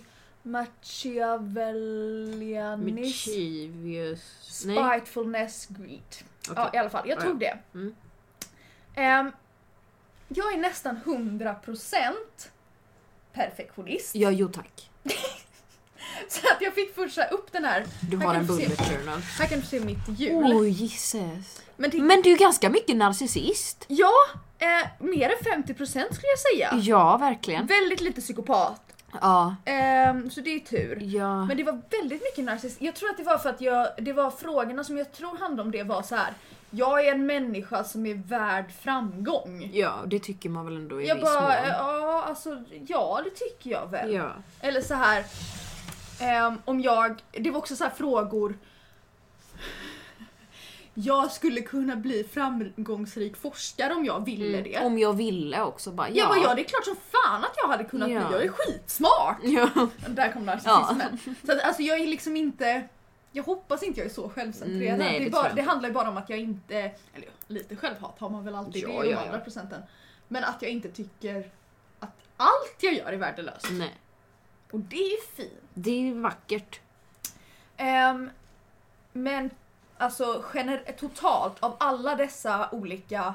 [SPEAKER 2] machiavellianism,
[SPEAKER 1] Mischievous... Nej.
[SPEAKER 2] spitefulness, greed. Ja, i
[SPEAKER 1] okej.
[SPEAKER 2] alla fall. Jag
[SPEAKER 1] Ja, ja.
[SPEAKER 2] tog det.
[SPEAKER 1] Mm.
[SPEAKER 2] Ehm, jag är nästan 100% perfektionist.
[SPEAKER 1] Ja, jo tack.
[SPEAKER 2] Så att jag fick först så här upp den här.
[SPEAKER 1] Du
[SPEAKER 2] Här
[SPEAKER 1] har
[SPEAKER 2] kan
[SPEAKER 1] en
[SPEAKER 2] du se.
[SPEAKER 1] bullet journal.
[SPEAKER 2] Här kan du se mitt hjul.
[SPEAKER 1] Oh Jesus.
[SPEAKER 2] Men det
[SPEAKER 1] Men du är ganska mycket narcissist.
[SPEAKER 2] Ja, eh, mer än 50% skulle jag säga.
[SPEAKER 1] Ja, verkligen.
[SPEAKER 2] Väldigt lite psykopat.
[SPEAKER 1] Ja.
[SPEAKER 2] Ehm, så det är tur.
[SPEAKER 1] Ja.
[SPEAKER 2] Men det var väldigt mycket narcissist. Jag tror att det var för att jag, det var frågorna som jag tror handlade om det var så här. Jag är en människa som är värd framgång.
[SPEAKER 1] Ja, det tycker man väl ändå i
[SPEAKER 2] Jag
[SPEAKER 1] viss
[SPEAKER 2] bara, eh,
[SPEAKER 1] mån.
[SPEAKER 2] ja alltså ja det tycker jag väl.
[SPEAKER 1] Ja.
[SPEAKER 2] Eller så här. ehm, om jag, det var också så här frågor. Jag skulle kunna bli framgångsrik forskare om jag ville det.
[SPEAKER 1] Mm, Om jag ville också bara.
[SPEAKER 2] Jag
[SPEAKER 1] Ja.
[SPEAKER 2] bara, ja det är klart som fan att jag hade kunnat
[SPEAKER 1] Ja.
[SPEAKER 2] bli, jag är skitsmart!
[SPEAKER 1] ja.
[SPEAKER 2] Där kom narcissismen. Så att, alltså jag är liksom inte, Jag hoppas inte jag är så självcentrerad.
[SPEAKER 1] Nej, det
[SPEAKER 2] det, är
[SPEAKER 1] tror
[SPEAKER 2] bara,
[SPEAKER 1] jag
[SPEAKER 2] det
[SPEAKER 1] inte.
[SPEAKER 2] handlar ju bara om att jag inte, eller ja, lite självhat har man väl alltid,
[SPEAKER 1] Ja,
[SPEAKER 2] det är ju
[SPEAKER 1] ja,
[SPEAKER 2] de
[SPEAKER 1] ja.
[SPEAKER 2] andra procenten. Men att jag inte tycker att allt jag gör är värdelöst.
[SPEAKER 1] Nej.
[SPEAKER 2] Och det är ju fint.
[SPEAKER 1] Det är vackert.
[SPEAKER 2] Ehm, men alltså gener- totalt av alla dessa olika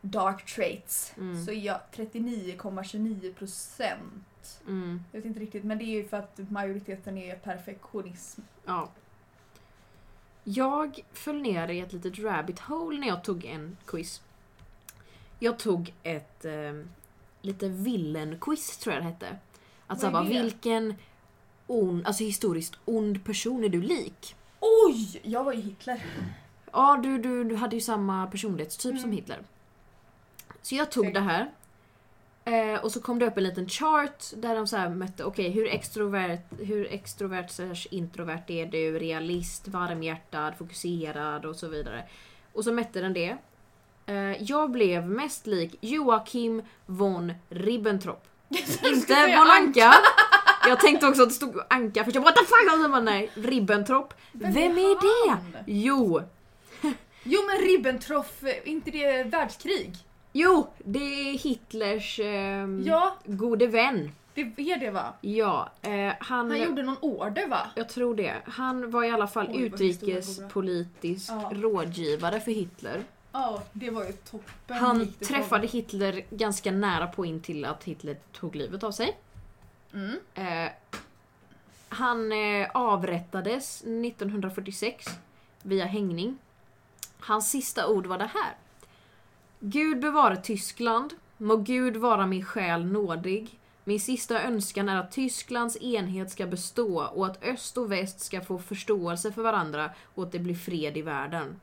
[SPEAKER 2] dark traits
[SPEAKER 1] Mm.
[SPEAKER 2] så är jag 39,29 procent.
[SPEAKER 1] Mm.
[SPEAKER 2] Jag vet inte riktigt men det är ju för att majoriteten är perfektionism.
[SPEAKER 1] Ja. Jag föll ner i ett litet rabbit hole när jag tog en quiz. Jag tog ett eh, lite villain-quiz tror jag det hette.
[SPEAKER 2] Vad
[SPEAKER 1] Att såhär,
[SPEAKER 2] är
[SPEAKER 1] bara,
[SPEAKER 2] det?
[SPEAKER 1] vilken ond, alltså historiskt ond person är du lik?
[SPEAKER 2] Oj! Jag var ju Hitler.
[SPEAKER 1] Ja, du, du, du hade ju samma personlighetstyp
[SPEAKER 2] Mm.
[SPEAKER 1] som Hitler. Så jag tog
[SPEAKER 2] Snyggt.
[SPEAKER 1] det här. Eh, och så kom det upp en liten chart där de så här mötte, okej hur extrovert, hur extrovert slash introvert är du? Realist, varmhjärtad, fokuserad och så vidare. Och så mätte den det. Eh, jag blev mest lik Joakim von Ribbentrop. Inte
[SPEAKER 2] säga
[SPEAKER 1] von Anka. Jag tänkte också att det stod Anka, för jag bara what the fuck? Och så bara, nej, Ribbentrop. Vem, är det?
[SPEAKER 2] han?
[SPEAKER 1] Jo,
[SPEAKER 2] Jo men Ribbentrop, är inte det världskrig?
[SPEAKER 1] Jo, det är Hitlers ehm,
[SPEAKER 2] Ja,
[SPEAKER 1] gode vän.
[SPEAKER 2] det är det va?
[SPEAKER 1] Ja, eh, han...
[SPEAKER 2] Han gjorde någon order va?
[SPEAKER 1] Jag tror det. Han var i alla fall
[SPEAKER 2] Oj, vad
[SPEAKER 1] utrikespolitisk
[SPEAKER 2] historia går bra.
[SPEAKER 1] rådgivare för Hitler.
[SPEAKER 2] Ja, det var ju toppen.
[SPEAKER 1] Han
[SPEAKER 2] gick det
[SPEAKER 1] träffade Hitler ganska nära på in till att Hitler tog livet av sig.
[SPEAKER 2] på. Mm.
[SPEAKER 1] Eh, han eh, avrättades 1946 via hängning. Hans sista ord var det här. Gud bevare Tyskland. Må Gud vara min själ nådig. Min sista önskan är att Tysklands enhet ska bestå och att öst och väst ska få förståelse för varandra och att det blir fred i världen.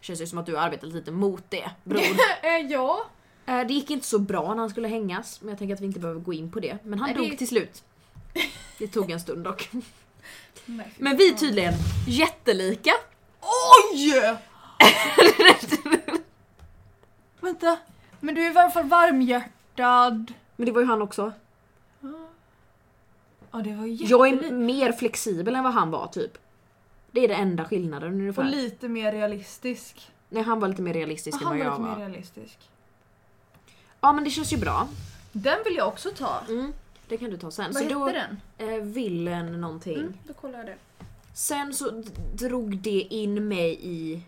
[SPEAKER 1] Känns ju som att du har arbetat lite mot det, bror.
[SPEAKER 2] Eh, ja,
[SPEAKER 1] Eh, Det gick inte så bra när han skulle hängas, men jag tänker att vi inte behöver gå in på det. Men han
[SPEAKER 2] Nej,
[SPEAKER 1] dog
[SPEAKER 2] det-
[SPEAKER 1] till <laughs> slut. Det tog en stund dock.
[SPEAKER 2] Nej, fy
[SPEAKER 1] Men vi är
[SPEAKER 2] fan.
[SPEAKER 1] tydligen jättelika.
[SPEAKER 2] OJ! <laughs> Vänta. Men du är i varje fall varmhjärtad.
[SPEAKER 1] Men det var ju han också.
[SPEAKER 2] Ja det var ju
[SPEAKER 1] Jag är
[SPEAKER 2] jättelikt.
[SPEAKER 1] mer flexibel än vad han var typ. Det är den enda skillnaden
[SPEAKER 2] Och
[SPEAKER 1] ungefär.
[SPEAKER 2] lite mer realistisk.
[SPEAKER 1] Nej, han var lite mer realistisk
[SPEAKER 2] Och
[SPEAKER 1] än vad
[SPEAKER 2] han var
[SPEAKER 1] jag
[SPEAKER 2] lite mer
[SPEAKER 1] var.
[SPEAKER 2] realistisk.
[SPEAKER 1] Ja men det känns ju bra.
[SPEAKER 2] Den vill jag också ta.
[SPEAKER 1] Mm, det kan du ta sen.
[SPEAKER 2] Vad
[SPEAKER 1] så
[SPEAKER 2] hette
[SPEAKER 1] då
[SPEAKER 2] den?
[SPEAKER 1] eh, vill en någonting.
[SPEAKER 2] Mm, då kollar jag det.
[SPEAKER 1] Sen så d- drog det in mig i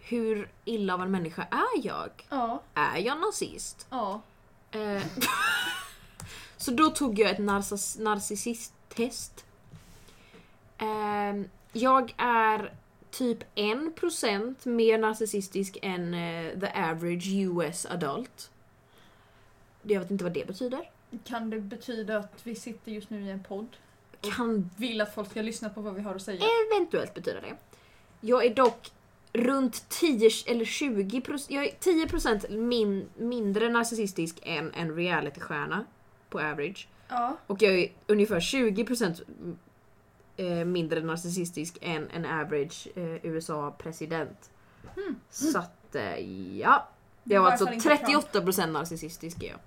[SPEAKER 1] hur illa av en människa är jag?
[SPEAKER 2] Ja,
[SPEAKER 1] Är jag nazist?
[SPEAKER 2] ja.
[SPEAKER 1] Eh, så då tog jag ett narciss- narcissisttest. Eh, jag är typ 1% mer narcissistisk än eh, the average US adult. Jag vet inte vad det betyder.
[SPEAKER 2] Kan det betyda att vi sitter just nu i en podd?
[SPEAKER 1] Kan
[SPEAKER 2] Vill att folk ska lyssna på vad vi har att säga?
[SPEAKER 1] Mm. eventuellt betyda det. Jag är dock runt 10 eller 20 jag är 10 min, mindre narcissistisk än en realitystjärna på average.
[SPEAKER 2] Ja.
[SPEAKER 1] Och jag är ungefär 20% m- eh, mindre narcissistisk än en average eh, USA-president. Så att, eh, ja.
[SPEAKER 2] Hmm. Det
[SPEAKER 1] Jag var
[SPEAKER 2] var
[SPEAKER 1] alltså
[SPEAKER 2] i alla fall inte
[SPEAKER 1] 38% narcissistisk är jag.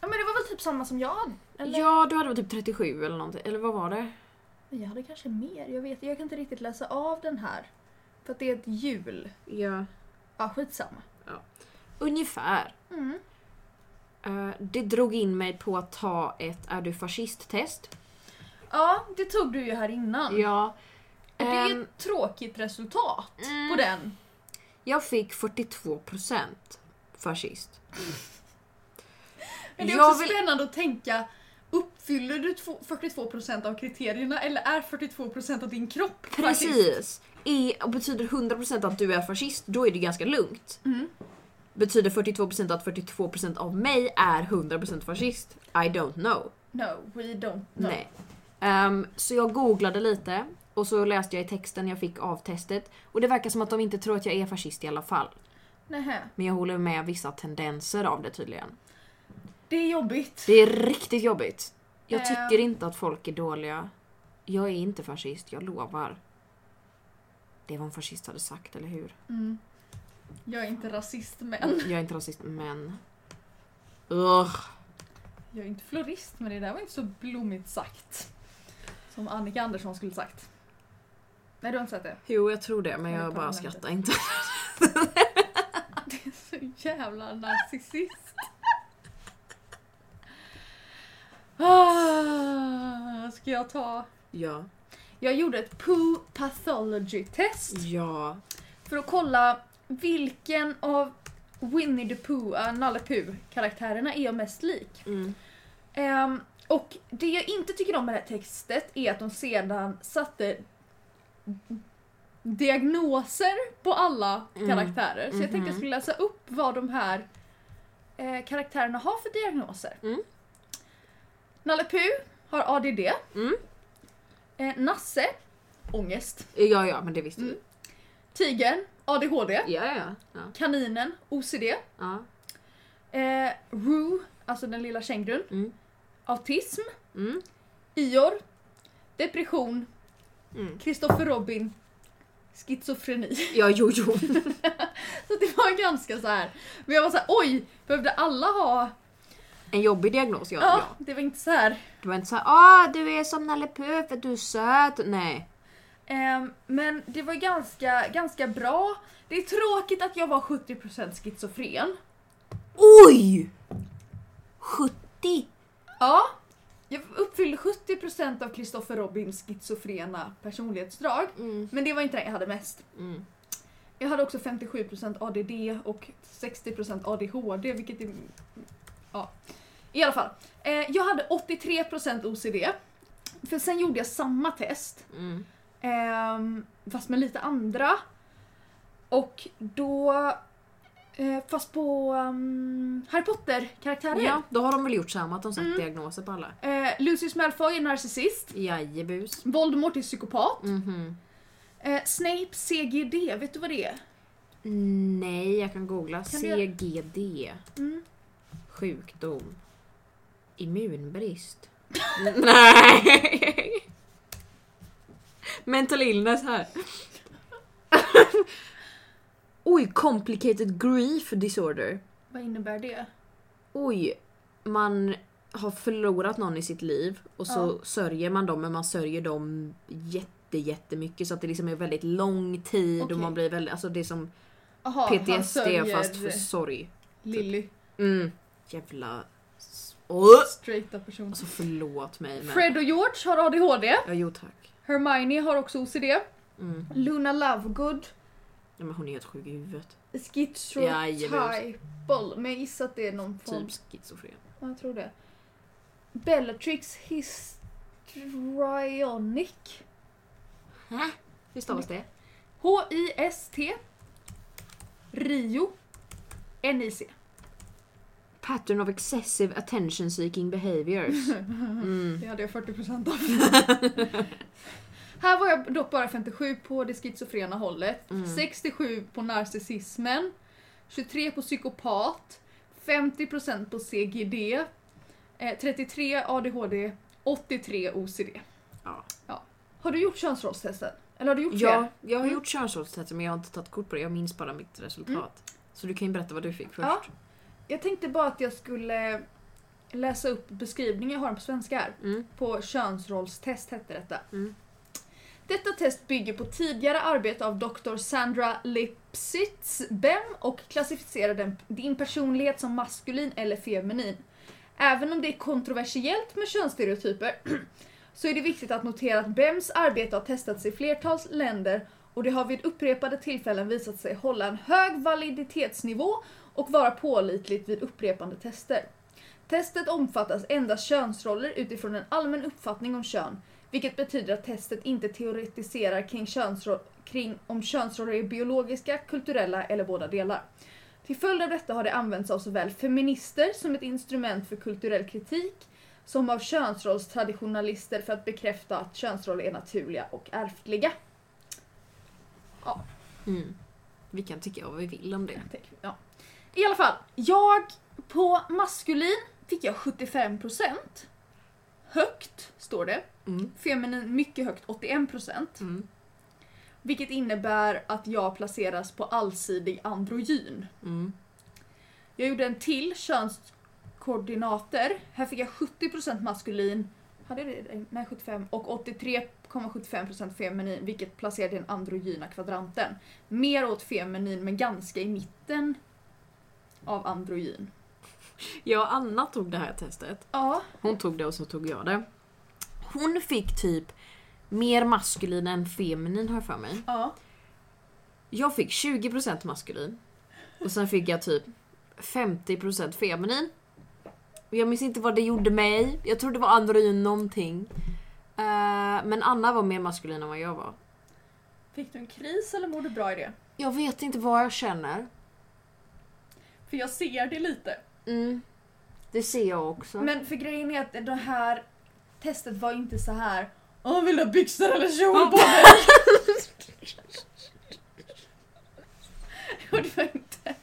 [SPEAKER 2] Ja men det var väl typ samma som jag hade, eller?
[SPEAKER 1] Ja, du hade väl typ 37 eller någonting, eller vad var det?
[SPEAKER 2] Jag hade kanske mer, jag vet Jag kan inte riktigt läsa av den här. För att det är ett hjul.
[SPEAKER 1] Ja.
[SPEAKER 2] Ja, skitsamma.
[SPEAKER 1] Ungefär.
[SPEAKER 2] Mm.
[SPEAKER 1] Eh, det drog in mig på att ta ett är du fascist-test.
[SPEAKER 2] Ja, det tog du ju här innan.
[SPEAKER 1] Ja.
[SPEAKER 2] Och det Mm. är
[SPEAKER 1] Ehm,
[SPEAKER 2] ju ett tråkigt resultat
[SPEAKER 1] Mm.
[SPEAKER 2] på den.
[SPEAKER 1] Jag fick 42% fascist.
[SPEAKER 2] Men det är
[SPEAKER 1] Jag
[SPEAKER 2] också
[SPEAKER 1] vill-
[SPEAKER 2] spännande att tänka, uppfyller du två- 42% av kriterierna eller är 42% av din kropp fascist?
[SPEAKER 1] Precis. Är, och betyder 100% att du är fascist, då är det ganska lugnt.
[SPEAKER 2] Mm.
[SPEAKER 1] Betyder 42% att 42% av mig är 100% fascist? I don't know.
[SPEAKER 2] No, we don't know.
[SPEAKER 1] Nej. Ehm, så jag googlade lite och så läste jag i texten jag fick av testet och det verkar som att de inte tror att jag är fascist i alla fall.
[SPEAKER 2] Nähä.
[SPEAKER 1] Men jag håller med vissa tendenser av det tydligen.
[SPEAKER 2] Det är jobbigt.
[SPEAKER 1] Det är riktigt jobbigt. Jag
[SPEAKER 2] Ehm.
[SPEAKER 1] tycker inte att folk är dåliga. Jag är inte fascist, jag lovar. Det är vad en fascist hade sagt, eller hur?
[SPEAKER 2] Mm. Jag är inte rasist men.
[SPEAKER 1] Jag är inte rasist, men... Ugh.
[SPEAKER 2] Jag är inte florist men det där var inte så blommigt sagt. Som Annika Andersson skulle sagt. Nej du har inte
[SPEAKER 1] <laughs>
[SPEAKER 2] sett det?
[SPEAKER 1] Jo, jag tror det, men
[SPEAKER 2] Ja, det
[SPEAKER 1] jag
[SPEAKER 2] kommer
[SPEAKER 1] bara
[SPEAKER 2] jag inte.
[SPEAKER 1] skrattar inte.
[SPEAKER 2] Det är så
[SPEAKER 1] <laughs>
[SPEAKER 2] jävla narcissist. Ah, ska jag ta?
[SPEAKER 1] Ja.
[SPEAKER 2] Jag gjorde ett poo pathology test
[SPEAKER 1] Mm. Ja.
[SPEAKER 2] för att kolla vilken av Winnie the Pooh, äh, Nalle Puh karaktärerna är jag mest lik.
[SPEAKER 1] Mm.
[SPEAKER 2] Ehm, och det jag inte tycker om med det här textet är att de sedan satte diagnoser på alla
[SPEAKER 1] Mm.
[SPEAKER 2] karaktärer. Så jag tänkte
[SPEAKER 1] Mhm.
[SPEAKER 2] jag skulle läsa upp vad de här eh, karaktärerna har för diagnoser.
[SPEAKER 1] Mm.
[SPEAKER 2] Nalle Puh har ADD.
[SPEAKER 1] Mm.
[SPEAKER 2] Eh, Nasse, ångest.
[SPEAKER 1] Ja, ja, men det visste
[SPEAKER 2] Mm.
[SPEAKER 1] vi.
[SPEAKER 2] Tigern, ADHD.
[SPEAKER 1] Ja, ja, ja.
[SPEAKER 2] Kaninen, OCD.
[SPEAKER 1] ja.
[SPEAKER 2] Eh, Roo, alltså den lilla kängurun.
[SPEAKER 1] Mm.
[SPEAKER 2] Autism.
[SPEAKER 1] Mm.
[SPEAKER 2] Ior, depression,
[SPEAKER 1] Mm.
[SPEAKER 2] Kristoffer Robin, schizofreni. <laughs>
[SPEAKER 1] ja, jo, jo.
[SPEAKER 2] Så det var ganska så här. Men jag var så här, oj, behövde alla ha?
[SPEAKER 1] En jobbig diagnos, ja.
[SPEAKER 2] Ja,
[SPEAKER 1] ja.
[SPEAKER 2] det var inte så här.
[SPEAKER 1] Det var inte såhär ah du är som Nalle Puh för att du är söt. Nej.
[SPEAKER 2] Ehm, men det var ganska, ganska bra. Det är tråkigt att jag var 70% schizofren.
[SPEAKER 1] Oj! 70!
[SPEAKER 2] Ja, jag uppfyllde 70% av Kristoffer Robins schizofrena personlighetsdrag.
[SPEAKER 1] Mm.
[SPEAKER 2] Men det var inte det jag hade mest.
[SPEAKER 1] Mm.
[SPEAKER 2] Jag hade också 57% ADD och 60% ADHD vilket är... Ja. I alla fall. Eh, jag hade 83% OCD. För sen gjorde jag samma test.
[SPEAKER 1] Mm.
[SPEAKER 2] ehm, fast med lite andra. Och då... Eh, fast på ehm, Harry Potter-karaktärer.
[SPEAKER 1] Ja, då har de väl gjort samma att de satt
[SPEAKER 2] Mm.
[SPEAKER 1] diagnoser på alla.
[SPEAKER 2] Eh, Lucius Malfoy är narcissist.
[SPEAKER 1] Jajebus.
[SPEAKER 2] Voldemort är psykopat.
[SPEAKER 1] Mhm.
[SPEAKER 2] Eh, Snape CGD, vet du vad det är?
[SPEAKER 1] Nej, jag kan googla.
[SPEAKER 2] Kan du-
[SPEAKER 1] CGD.
[SPEAKER 2] Mm.
[SPEAKER 1] Sjukdom. <laughs> Immunbrist. Nej! Mental illness här. <laughs> Oj, complicated grief disorder.
[SPEAKER 2] Vad innebär det?
[SPEAKER 1] Oj, man har förlorat någon i sitt liv och så sörjer man dem men man sörjer dem jätte jättemycket så att det liksom är väldigt lång tid
[SPEAKER 2] Okej.
[SPEAKER 1] och man blir väldigt, alltså det är som
[SPEAKER 2] Aha, han
[SPEAKER 1] PTSD
[SPEAKER 2] sörjer
[SPEAKER 1] fast för sorg.
[SPEAKER 2] Lily.
[SPEAKER 1] Mm. Jävla... s- Åh!
[SPEAKER 2] Straighta person.
[SPEAKER 1] Alltså förlåt mig men...
[SPEAKER 2] Fred och George har ADHD.
[SPEAKER 1] Ja, jo tack.
[SPEAKER 2] Hermione har också OCD.
[SPEAKER 1] Mm.
[SPEAKER 2] Luna Lovegood.
[SPEAKER 1] Ja, men hon är helt sjuk i huvudet.
[SPEAKER 2] Schizotypal. Men jag gissar att det är någon form.
[SPEAKER 1] Typ schizofren.
[SPEAKER 2] Ja, Jag tror det. Bellatrix Histrionic.
[SPEAKER 1] Hä? Hur stavas det?
[SPEAKER 2] H-I-S-T. Rio. <laughs> N-I-C.
[SPEAKER 1] Pattern of excessive attention seeking
[SPEAKER 2] <laughs>
[SPEAKER 1] behaviors. Mm.
[SPEAKER 2] Det hade jag 40%
[SPEAKER 1] <laughs>
[SPEAKER 2] av. <laughs> Här var jag dock bara 57 på det schizofrena hållet,
[SPEAKER 1] Mm.
[SPEAKER 2] 67 på narcissismen, 23 på psykopat, 50% på CGD, eh, 33 ADHD, 83 OCD.
[SPEAKER 1] Ja.
[SPEAKER 2] Har du gjort könsrollstesten? Eller har du gjort
[SPEAKER 1] Ja, jag har
[SPEAKER 2] Mm.
[SPEAKER 1] gjort könsrollstester men jag har inte tagit kort på det. Jag minns bara mitt resultat. Så du kan ju berätta vad du fick först.
[SPEAKER 2] Mm. Ja. det? Jag tänkte bara att jag skulle läsa upp beskrivningen jag har den på svenska här.
[SPEAKER 1] Mm.
[SPEAKER 2] På könsrollstest hette detta.
[SPEAKER 1] Mm.
[SPEAKER 2] Detta test bygger på tidigare arbete av Dr. Sandra Lipsitz-Bem och klassificerar den, din personlighet som maskulin eller feminin. Även om det är kontroversiellt med könsstereotyper <clears throat> så är det viktigt att notera att Bems arbete har testats i flertals länder och det har vid upprepade tillfällen visat sig hålla en hög validitetsnivå och vara pålitligt vid upprepande tester. Testet omfattas endast könsroller utifrån en allmän uppfattning om kön, vilket betyder att testet inte teoretiserar kring, könsro- kring om könsroller är biologiska, kulturella eller båda delar. Till följd av detta har det använts av såväl feminister som ett instrument för kulturell kritik som av könsrollstraditionalister för att bekräfta att könsroller är naturliga och ärftliga.
[SPEAKER 1] Mm. Vi kan tycka vad vi vill om det.
[SPEAKER 2] Tänker vi, Ja. I alla fall, jag på maskulin fick jag 75%. Högt, står det.
[SPEAKER 1] Mm.
[SPEAKER 2] Feminin mycket högt, 81%.
[SPEAKER 1] Mm.
[SPEAKER 2] Vilket innebär att jag placeras på allsidig androgyn.
[SPEAKER 1] Mm.
[SPEAKER 2] Jag gjorde en till könskoordinater. Här fick jag 70% maskulin, hade det med 75 och 83,75% feminin vilket placerade den androgyna kvadranten. Mer åt feminin men ganska i mitten av androgyn.
[SPEAKER 1] Jag och Anna tog det här testet.
[SPEAKER 2] Ja,
[SPEAKER 1] Hon tog det och så tog jag det. Hon fick typ mer maskulin än feminin har jag för mig.
[SPEAKER 2] ja.
[SPEAKER 1] Jag fick 20% maskulin. Och sen fick jag typ 50% feminin. Och Jag minns inte vad det gjorde mig. Jag tror det var androgyn någonting. Eh, men Anna var mer maskulin än vad jag var.
[SPEAKER 2] Fick du en kris eller mår du bra i det?
[SPEAKER 1] Jag vet inte vad jag känner.
[SPEAKER 2] För jag ser det lite.
[SPEAKER 1] Mm. Det ser jag också.
[SPEAKER 2] Men för grejen är att det här testet var inte så här. Åh, vill du ha byxor eller kjol
[SPEAKER 1] Ja.
[SPEAKER 2] på dig? <laughs> Och det var inte.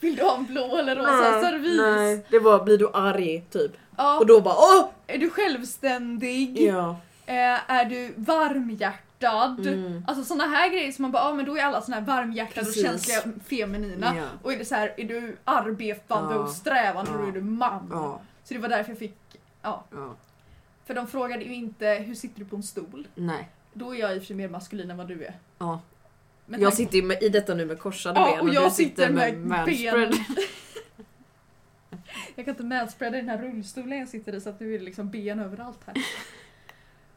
[SPEAKER 2] Vill du ha en blå eller rosa servis?
[SPEAKER 1] det var blir du arg typ.
[SPEAKER 2] Ja.
[SPEAKER 1] Och då bara åh!
[SPEAKER 2] Är du självständig?
[SPEAKER 1] Ja.
[SPEAKER 2] Eh, är du varmhjärtad?
[SPEAKER 1] Mm.
[SPEAKER 2] Alltså såna här grejer som man bara, ja men då är alla såna här varmhjärtade
[SPEAKER 1] Precis.
[SPEAKER 2] och känsliga feminina.
[SPEAKER 1] Ja.
[SPEAKER 2] Och är det så här, är du arbetande
[SPEAKER 1] Ja.
[SPEAKER 2] och strävande, då
[SPEAKER 1] Ja.
[SPEAKER 2] är du man.
[SPEAKER 1] Ja.
[SPEAKER 2] Så det var därför jag fick,
[SPEAKER 1] ja.
[SPEAKER 2] för de frågade ju inte hur sitter du på en stol?
[SPEAKER 1] Nej.
[SPEAKER 2] Då är jag i och för sig mer maskulin än vad du är.
[SPEAKER 1] Ja.
[SPEAKER 2] Men
[SPEAKER 1] jag
[SPEAKER 2] tack-
[SPEAKER 1] sitter ju med, i detta nu med korsade
[SPEAKER 2] Ja,
[SPEAKER 1] ben
[SPEAKER 2] och
[SPEAKER 1] du
[SPEAKER 2] jag sitter med,
[SPEAKER 1] manspread.
[SPEAKER 2] ben. <laughs> jag kan inte manspreada i den här rullstolen jag sitter i så att nu är det liksom ben överallt
[SPEAKER 1] <laughs>
[SPEAKER 2] här.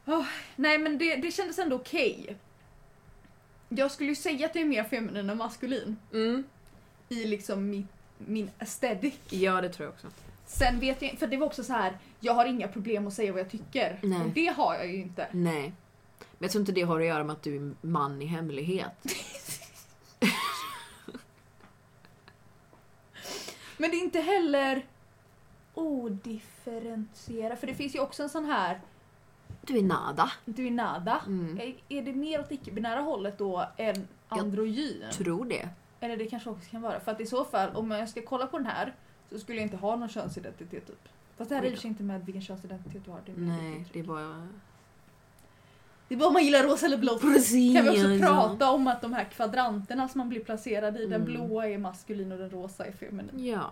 [SPEAKER 2] Åh, nej men det, det kändes ändå okej. Jag skulle ju säga att jag är mer feminin än maskulin
[SPEAKER 1] Mm.
[SPEAKER 2] i liksom min, min aesthetic.
[SPEAKER 1] Ja det tror jag också.
[SPEAKER 2] Sen vet jag för det var också så här, jag har inga problem att säga vad jag tycker.
[SPEAKER 1] Nej.
[SPEAKER 2] Och det har jag ju inte.
[SPEAKER 1] Nej. Men jag tror inte det har att göra med att du är man i hemlighet.
[SPEAKER 2] Men det är inte heller odifferentierat, för det finns ju också en sån här,
[SPEAKER 1] Du är nada.
[SPEAKER 2] du är nada.
[SPEAKER 1] Mm.
[SPEAKER 2] Är- Är det mer åt icke-binära hållet då än
[SPEAKER 1] Jag-
[SPEAKER 2] androgyn?
[SPEAKER 1] Tror det.
[SPEAKER 2] Eller det kanske också kan vara. För att i så fall, om jag ska kolla på den här så skulle jag inte ha någon könsidentitet typ. Fast det här är i och för sig inte med vilken könsidentitet du har. Det är
[SPEAKER 1] Nej, det är bara...
[SPEAKER 2] det är bara om man gillar rosa eller blått.
[SPEAKER 1] Precis.
[SPEAKER 2] Kan vi också prata om att de här kvadranterna som man blir placerad i, den
[SPEAKER 1] Mm.
[SPEAKER 2] blåa är maskulin och den rosa är feminin.
[SPEAKER 1] Ja.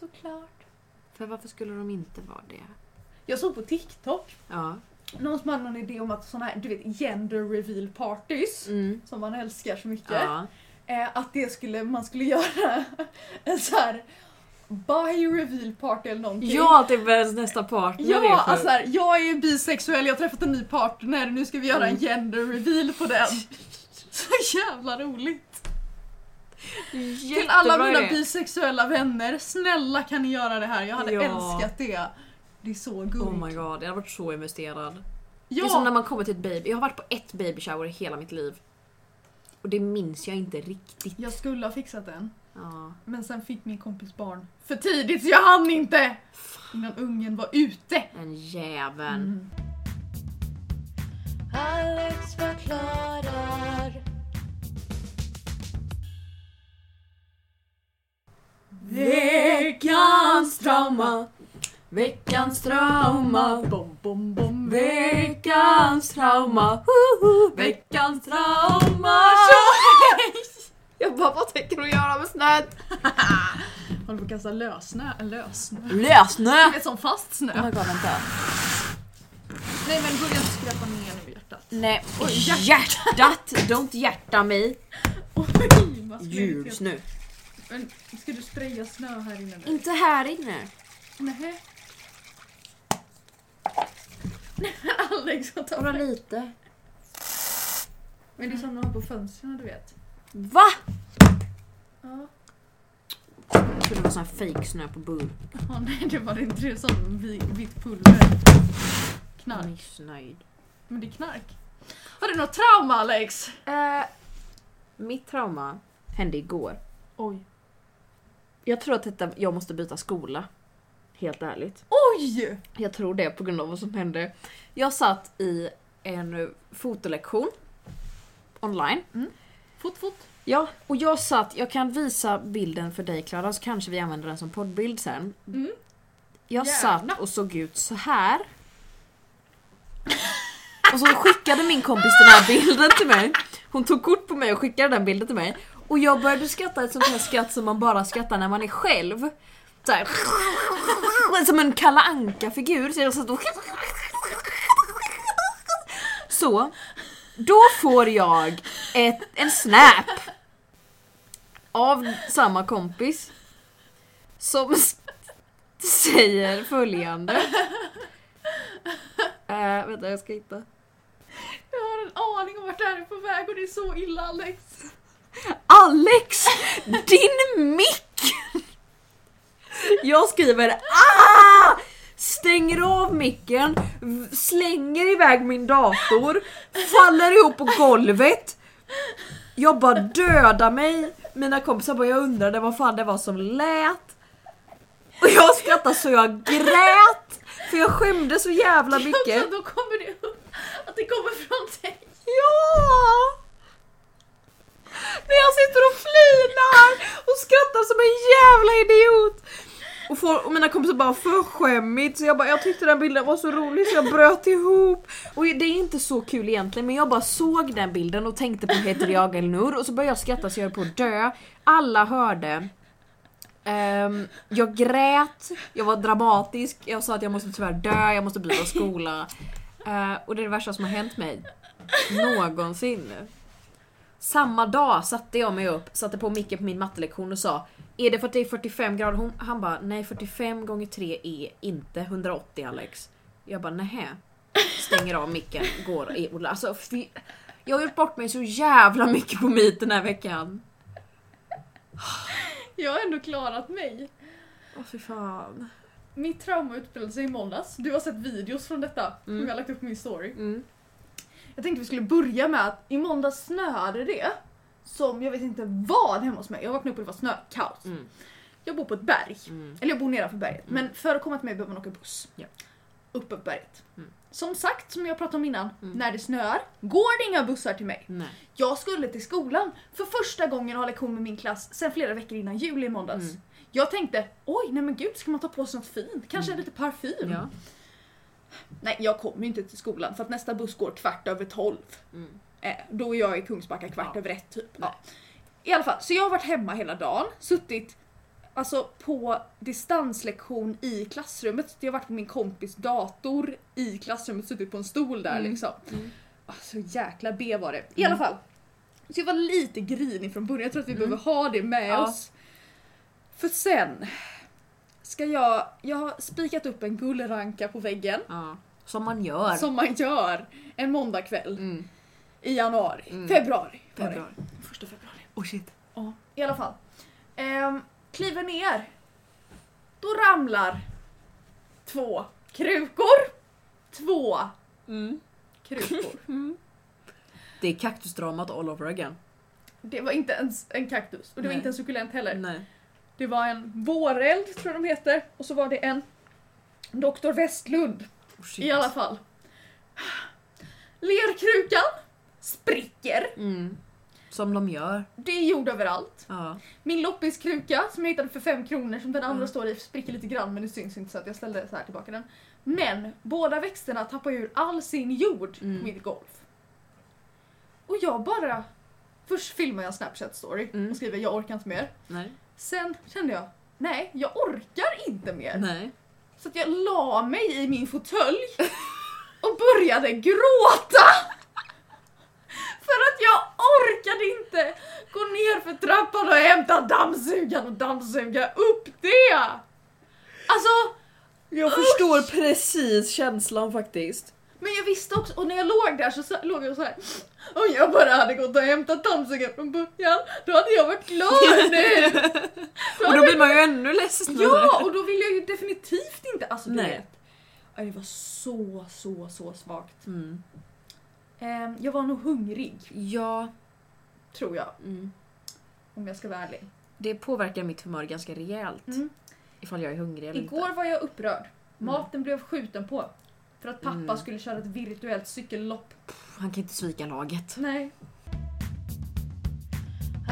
[SPEAKER 2] Såklart.
[SPEAKER 1] För varför skulle de inte vara det?
[SPEAKER 2] Jag såg på TikTok
[SPEAKER 1] Ja.
[SPEAKER 2] någon som hade någon idé om att såna här, du vet, gender reveal parties
[SPEAKER 1] Mm.
[SPEAKER 2] som man älskar så mycket.
[SPEAKER 1] Ja.
[SPEAKER 2] Eh, att det skulle, man skulle göra <laughs> en så här bi reveal party eller någonting.
[SPEAKER 1] ja, det är väl nästa partner. det är
[SPEAKER 2] Ja,
[SPEAKER 1] för-
[SPEAKER 2] alltså här, jag är bisexuell, jag har träffat en ny partner, nu ska vi göra
[SPEAKER 1] Mm.
[SPEAKER 2] en gender reveal på
[SPEAKER 1] <laughs>
[SPEAKER 2] den. Så jävla roligt! Till
[SPEAKER 1] Jättebra
[SPEAKER 2] alla mina
[SPEAKER 1] idé.
[SPEAKER 2] bisexuella vänner, snälla kan ni göra det här? Jag hade
[SPEAKER 1] Ja.
[SPEAKER 2] älskat det. Det är så gulligt.
[SPEAKER 1] Oh my god, jag har varit så investerad. Det är som när
[SPEAKER 2] ja,
[SPEAKER 1] man kommer till ett baby. Jag har varit på ett baby shower i hela mitt liv. Och det minns jag inte riktigt.
[SPEAKER 2] jag skulle ha fixat den,
[SPEAKER 1] Ja.
[SPEAKER 2] men sen fick min kompis barn för tidigt så jag hann inte! Innan ungen var ute.
[SPEAKER 1] Den jäveln.
[SPEAKER 2] Mm.
[SPEAKER 3] Alex förklarar.
[SPEAKER 1] Veckans trauma Veckans trauma
[SPEAKER 2] Bom, bom, bom. <laughs>
[SPEAKER 1] Veckans trauma Hoho, Veckans trauma Jag bara, vad tänker du göra med snöet?
[SPEAKER 2] <laughs> Håller på att kasta lössnö. Lössnö?
[SPEAKER 1] Lössnö!
[SPEAKER 2] Ett som fast snö.
[SPEAKER 1] Oh my god, vänta.
[SPEAKER 2] Nej men börja inte skräpa ner nu hjärtat.
[SPEAKER 1] Nej,
[SPEAKER 2] Oj,
[SPEAKER 1] hjärtat! Don't hjärta mig.
[SPEAKER 2] <laughs> Oj, vad
[SPEAKER 1] Ljus nu.
[SPEAKER 2] Men Ska du spraya snö här inne nu?
[SPEAKER 1] Inte här inne. <laughs>
[SPEAKER 2] Nej. Alex har
[SPEAKER 1] Bara
[SPEAKER 2] tagit...
[SPEAKER 1] lite.
[SPEAKER 2] Men det är som de har på fönstren du vet.
[SPEAKER 1] Va?
[SPEAKER 2] Ja.
[SPEAKER 1] Jag trodde det var sån här fake snö på burk.
[SPEAKER 2] Ja, nej det var inte det som vi- vitt pulver. Knark.
[SPEAKER 1] Missnöjd.
[SPEAKER 2] Men det är knark. Har du något trauma Alex?
[SPEAKER 1] Eh, mitt trauma hände igår.
[SPEAKER 2] Oj.
[SPEAKER 1] Jag tror att detta, jag måste byta skola. Helt ärligt.
[SPEAKER 2] Oj!
[SPEAKER 1] Jag tror det på grund av vad som hände. Jag satt i en eh, fotolektion online.
[SPEAKER 2] Fot fot.
[SPEAKER 1] Ja, och jag satt, jag kan visa bilden för dig Klara så kanske vi använder den som poddbild sen.
[SPEAKER 2] Mm.
[SPEAKER 1] Jag
[SPEAKER 2] Gärna.
[SPEAKER 1] satt och såg ut så här. Och så skickade min kompis den här bilden till mig. Hon tog kort på mig och skickade den bilden till mig. Och jag började skratta ett sånt här skratt som man bara skrattar när man är själv. Så här. Som en Kalle Anka-figur. Så jag satt och Så, då får jag ett, en snap av samma kompis som s- säger följande. Eh, vänta, jag ska hitta.
[SPEAKER 2] Jag har en aning om vart det här är på väg och det är så illa Alex.
[SPEAKER 1] Alex! Din mick! Jag skriver ah! Stänger av micken, v- slänger iväg min dator, faller ihop på golvet. Jag bara dödar mig. Mina kompisar bara jag undrade vad fan det var som lät. Och jag skrattade så jag grät. För jag skämdes så jävla mycket.
[SPEAKER 2] Också, <laughs> då kommer det upp att det kommer från dig.
[SPEAKER 1] Ja! När jag sitter och flinar och skrattar som en jävla idiot! Och, folk- och mina kompisar bara för skämmigt så jag bara jag tyckte den bilden var så rolig så jag bröt ihop. Och det är inte så kul egentligen men jag bara såg den bilden och tänkte på heter jag eller Nur och så började jag skratta så jag höll på att dö. Alla hörde. Ehm, jag grät, jag var dramatisk, jag sa att jag måste tyvärr dö, jag måste byta skola. Eh, och det är det värsta som har hänt mig. Någonsin. Samma dag satte jag mig upp, satte på micken på min mattelektion och sa Är det för att det är 45 grader? Hon, han bara nej 45 gånger 3 är inte 180 Alex. Jag bara nähä. Stänger av micken, går i och alltså, fy, Jag har gjort bort mig så jävla mycket på Meet den här veckan.
[SPEAKER 2] Jag har ändå klarat mig.
[SPEAKER 1] Åh fy fan.
[SPEAKER 2] Mitt trauma utspelade sig i måndags. Du har sett videos från detta som
[SPEAKER 1] Mm.
[SPEAKER 2] jag har lagt upp på min story.
[SPEAKER 1] Mm.
[SPEAKER 2] Jag tänkte vi skulle börja med att i måndags snöade det som jag vet inte vad hemma hos mig. Jag vaknade upp och det var snökaos.
[SPEAKER 1] Mm.
[SPEAKER 2] Jag bor på ett berg.
[SPEAKER 1] Mm.
[SPEAKER 2] Eller jag bor nedanför berget.
[SPEAKER 1] Mm.
[SPEAKER 2] Men för att komma till mig behöver man åka buss.
[SPEAKER 1] Ja.
[SPEAKER 2] Uppe på berget.
[SPEAKER 1] Mm.
[SPEAKER 2] Som sagt, som jag pratade om innan,
[SPEAKER 1] Mm.
[SPEAKER 2] när det snöar går det inga bussar till mig.
[SPEAKER 1] Nej.
[SPEAKER 2] Jag skulle till skolan för första gången och ha lektion med min klass sen flera veckor innan jul i måndags.
[SPEAKER 1] Mm.
[SPEAKER 2] Jag tänkte, oj nej men gud ska man ta på sig något fint? Kanske
[SPEAKER 1] Mm.
[SPEAKER 2] lite parfym?
[SPEAKER 1] Ja.
[SPEAKER 2] Nej jag kommer ju inte till skolan för att nästa buss går kvart över tolv.
[SPEAKER 1] Mm.
[SPEAKER 2] Eh, då är jag i Kungsbacka kvart
[SPEAKER 1] Ja.
[SPEAKER 2] över ett typ.
[SPEAKER 1] Nej.
[SPEAKER 2] Ja. I alla fall, så jag har varit hemma hela dagen, suttit alltså, på distanslektion i klassrummet. Jag har varit på min kompis dator i klassrummet, suttit på en stol där
[SPEAKER 1] Mm.
[SPEAKER 2] liksom.
[SPEAKER 1] Mm.
[SPEAKER 2] Ah, Så jäkla B var det. I alla fall. Så jag var lite grinig från början, jag tror att vi
[SPEAKER 1] Mm.
[SPEAKER 2] behöver ha det med
[SPEAKER 1] Ja.
[SPEAKER 2] oss. För sen ska jag, jag har spikat upp en gullranka på väggen.
[SPEAKER 1] Ja. Som man gör.
[SPEAKER 2] Som man gör en måndagkväll
[SPEAKER 1] Mm.
[SPEAKER 2] i januari.
[SPEAKER 1] Mm.
[SPEAKER 2] Februari. var det.
[SPEAKER 1] Februari.
[SPEAKER 2] Första februari.
[SPEAKER 1] Oh shit.
[SPEAKER 2] Ja. I alla fall. Ehm, kliver ner. Då ramlar två krukor. Två
[SPEAKER 1] Mm. <laughs>
[SPEAKER 2] krukor.
[SPEAKER 1] Det är kaktusdramat all over again.
[SPEAKER 2] Det var inte ens en kaktus och det var
[SPEAKER 1] Nej.
[SPEAKER 2] inte en suckulent heller.
[SPEAKER 1] Nej.
[SPEAKER 2] Det var en våreld tror jag de heter och så var det en Dr. Westlund
[SPEAKER 1] Oh, shit.
[SPEAKER 2] i alla fall. Lerkrukan spricker.
[SPEAKER 1] Mm. Som de gör.
[SPEAKER 2] Det är jord överallt.
[SPEAKER 1] Ja.
[SPEAKER 2] Min loppiskruka som jag hittade för 5 kronor som den andra
[SPEAKER 1] Mm.
[SPEAKER 2] står i spricker lite grann men det syns inte så att jag ställde så här tillbaka den. Men båda växterna tappar ju ur all sin jord
[SPEAKER 1] Mm.
[SPEAKER 2] på mitt golv. Och jag bara... Först filmar jag en Snapchat-story
[SPEAKER 1] Mm.
[SPEAKER 2] och skriver jag orkar inte mer.
[SPEAKER 1] Nej.
[SPEAKER 2] Sen kände jag, nej jag orkar inte mer.
[SPEAKER 1] Nej.
[SPEAKER 2] Så att jag la mig i min fåtölj och började gråta! För att jag orkade inte gå ner för trappan och hämta dammsugaren och dammsuga upp det! Alltså,
[SPEAKER 1] Jag förstår precis känslan faktiskt.
[SPEAKER 2] uh, men jag visste också, och när jag låg där så, så låg jag så här. Om jag bara hade gått och hämtat dammsugaren från början, då hade jag
[SPEAKER 1] <laughs>
[SPEAKER 2] varit klar nu!
[SPEAKER 1] <laughs> Och då blir man ju ännu ledsnare.
[SPEAKER 2] Ja, och då vill jag ju definitivt inte, alltså du
[SPEAKER 1] Nej.
[SPEAKER 2] vet. Ja, Det var så, så, så svagt.
[SPEAKER 1] Mm.
[SPEAKER 2] Ehm, jag var nog hungrig,
[SPEAKER 1] Ja.
[SPEAKER 2] tror jag,
[SPEAKER 1] Mm.
[SPEAKER 2] om jag ska vara ärlig.
[SPEAKER 1] Det påverkar mitt humör ganska rejält.
[SPEAKER 2] Mm.
[SPEAKER 1] Ifall jag är hungrig eller
[SPEAKER 2] Igår
[SPEAKER 1] inte.
[SPEAKER 2] var jag upprörd. Maten blev skjuten på. För att pappa
[SPEAKER 1] Mm.
[SPEAKER 2] skulle köra ett virtuellt cykellopp.
[SPEAKER 1] Han kan inte svika laget.
[SPEAKER 2] Nej.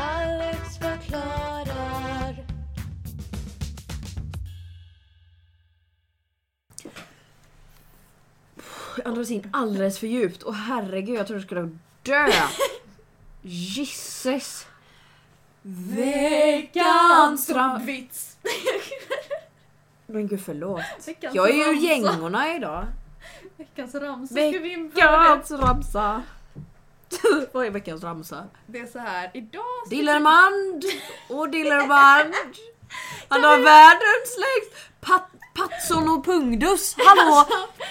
[SPEAKER 3] Alex förklarar.
[SPEAKER 1] Jag andades in alldeles för djupt och herregud jag trodde jag skulle <laughs> dö. Jisses. Veckans tra-
[SPEAKER 2] vits!
[SPEAKER 1] Men gud förlåt.
[SPEAKER 2] Veckans
[SPEAKER 1] Jag är ju
[SPEAKER 2] ramsa.
[SPEAKER 1] gängorna idag.
[SPEAKER 2] Veckans ramsa
[SPEAKER 1] Veck-
[SPEAKER 2] ska vi införa. Det.
[SPEAKER 1] Veckans ramsa! <laughs> Vad är veckans ramsa?
[SPEAKER 2] det är så här. idag ska
[SPEAKER 1] Dillermand! Och Dillermand! Han har världens längst... Pat, Patson och Pungdus! Hallå!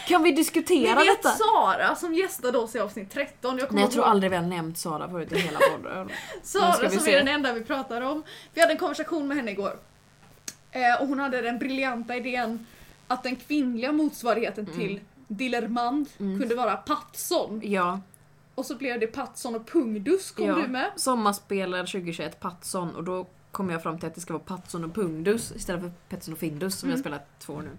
[SPEAKER 1] Kan vi diskutera
[SPEAKER 2] Ni vet
[SPEAKER 1] detta?
[SPEAKER 2] Sara som gästade oss i avsnitt 13. Jag, kommer
[SPEAKER 1] Nej jag tror
[SPEAKER 2] ihåg
[SPEAKER 1] aldrig vi har nämnt Sara förut i hela podden. Nu ska
[SPEAKER 2] Sara
[SPEAKER 1] vi
[SPEAKER 2] som
[SPEAKER 1] se.
[SPEAKER 2] är den enda vi pratar om. Vi hade en konversation med henne igår. Eh, och hon hade den briljanta idén att den kvinnliga motsvarigheten
[SPEAKER 1] Mm.
[SPEAKER 2] till Dillermand kunde vara Pattson.
[SPEAKER 1] Ja,
[SPEAKER 2] Och så blev det Pattson och Pungdus kom
[SPEAKER 1] ja.
[SPEAKER 2] du med.
[SPEAKER 1] Sommarspelare 2021 Patson och då kom jag fram till att det ska vara Patson och Pungdus istället för Petson och Findus som jag
[SPEAKER 2] Mm.
[SPEAKER 1] spelat två år <laughs> nu.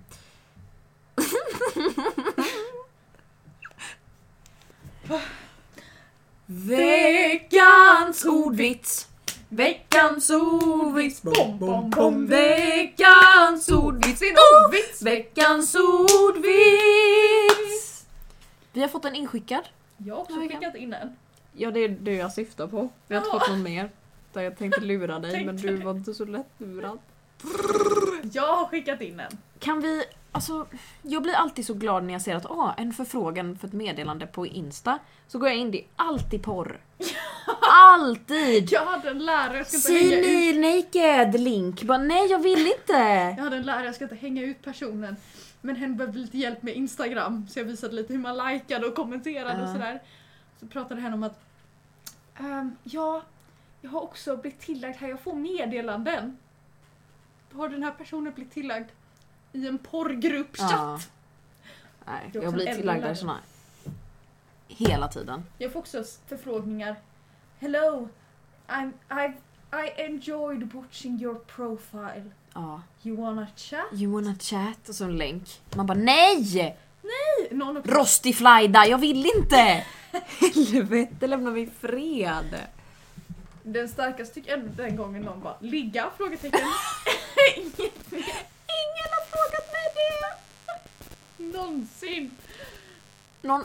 [SPEAKER 1] Veckans ordvits! Veckans ordvits! Bom, bom, bom. Veckans ordvits!
[SPEAKER 2] Det är en
[SPEAKER 1] Oh!
[SPEAKER 2] ordvits.
[SPEAKER 1] Veckans ordvits! Vi har fått en inskickad.
[SPEAKER 2] Jag har också
[SPEAKER 1] Ja, ja.
[SPEAKER 2] skickat in en.
[SPEAKER 1] Ja, det är det jag syftar på. Vi har inte
[SPEAKER 2] Ja.
[SPEAKER 1] fått någon mer. Där jag tänkte lura dig, men
[SPEAKER 2] Tänkte
[SPEAKER 1] du
[SPEAKER 2] det.
[SPEAKER 1] var inte så lätt lurad.
[SPEAKER 2] Jag har skickat in en.
[SPEAKER 1] Kan vi... Alltså, jag blir alltid så glad när jag ser att ah, en förfrågan för ett meddelande på Insta. Så går jag in, det är alltid <laughs> porr. alltid!
[SPEAKER 2] Jag hade en lärare, jag ska inte
[SPEAKER 1] See
[SPEAKER 2] hänga ut,
[SPEAKER 1] me naked link. Bara, nej, jag vill inte!
[SPEAKER 2] jag hade en lärare, jag ska inte hänga ut personen. Men hen behövde lite hjälp med Instagram så jag visade lite hur man likade och kommenterade och
[SPEAKER 1] Ja.
[SPEAKER 2] sådär. Så pratade hen om att ehm, ja, jag har också blivit tillagd här, jag får meddelanden. Har den här personen blivit tillagd i en porrgruppchatt?
[SPEAKER 1] <laughs> Ja. Nej,
[SPEAKER 2] Det är
[SPEAKER 1] jag
[SPEAKER 2] också
[SPEAKER 1] blir
[SPEAKER 2] en
[SPEAKER 1] tillagd
[SPEAKER 2] äldre
[SPEAKER 1] av såna Hela tiden.
[SPEAKER 2] Jag får också förfrågningar. Hello, I'm, I've, I enjoyed watching your profile.
[SPEAKER 1] Ja.
[SPEAKER 2] You wanna chat?
[SPEAKER 1] You wanna chat? Och så en länk. Man bara NEJ!
[SPEAKER 2] Någon också
[SPEAKER 1] Rostiflajda, jag vill inte! Helvete, lämna mig i fred!
[SPEAKER 2] Den starkaste tycker jag ändå den gången någon bara ligga? Frågetecken. Inget mer. <laughs> Ingen har frågat mig det! Någonsin.
[SPEAKER 1] Någon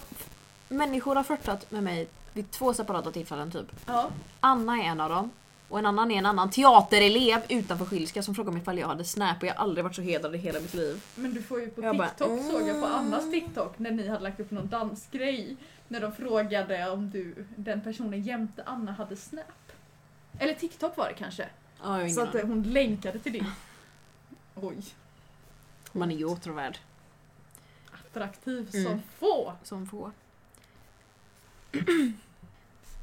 [SPEAKER 1] människor har flörtat med mig vid två separata tillfällen typ.
[SPEAKER 2] Ja.
[SPEAKER 1] Anna är en av dem. Och en annan är en annan teaterelev utanför Schilska som frågade mig ifall jag hade Snap och jag har aldrig varit så hedrad i hela mitt liv.
[SPEAKER 2] Men du får ju på
[SPEAKER 1] Jag bara, "Mm."
[SPEAKER 2] TikTok såg jag på Annas TikTok när ni hade lagt upp någon dansgrej. När de frågade om du, den personen jämte Anna hade Snap. Eller TikTok var det kanske.
[SPEAKER 1] Ja, jag har
[SPEAKER 2] Så
[SPEAKER 1] ingen
[SPEAKER 2] att eh,
[SPEAKER 1] aning.
[SPEAKER 2] hon länkade till din. Oj,
[SPEAKER 1] Man är ju åtråvärd.
[SPEAKER 2] attraktiv
[SPEAKER 1] Mm.
[SPEAKER 2] som få.
[SPEAKER 1] Som få.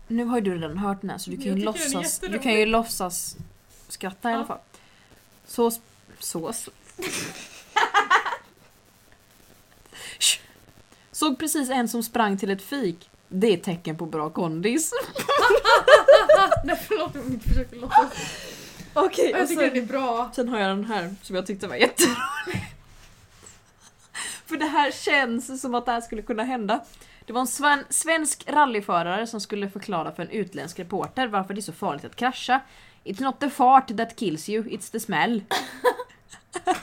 [SPEAKER 1] nu har ju du redan hört den här så du kan ju,
[SPEAKER 2] Jag tycker den är
[SPEAKER 1] låtsas, du
[SPEAKER 2] jätterolig.
[SPEAKER 1] kan ju låtsas skratta i alla
[SPEAKER 2] Ja.
[SPEAKER 1] fall. Så... sp- Så... så. Shh. Såg precis en som sprang till ett fik. Det är ett tecken på bra kondis.
[SPEAKER 2] Ah, Nej förlåt om jag inte försöker låtsas.
[SPEAKER 1] Okej,
[SPEAKER 2] Jag tycker den är bra.
[SPEAKER 1] Sen har jag den här som jag tyckte var jätterolig. För det här känns som att det här skulle kunna hända. Det var en sven- svensk rallyförare som skulle förklara för en utländsk reporter varför det är så farligt att krascha. It's not the fart that kills you, it's the smell. it's the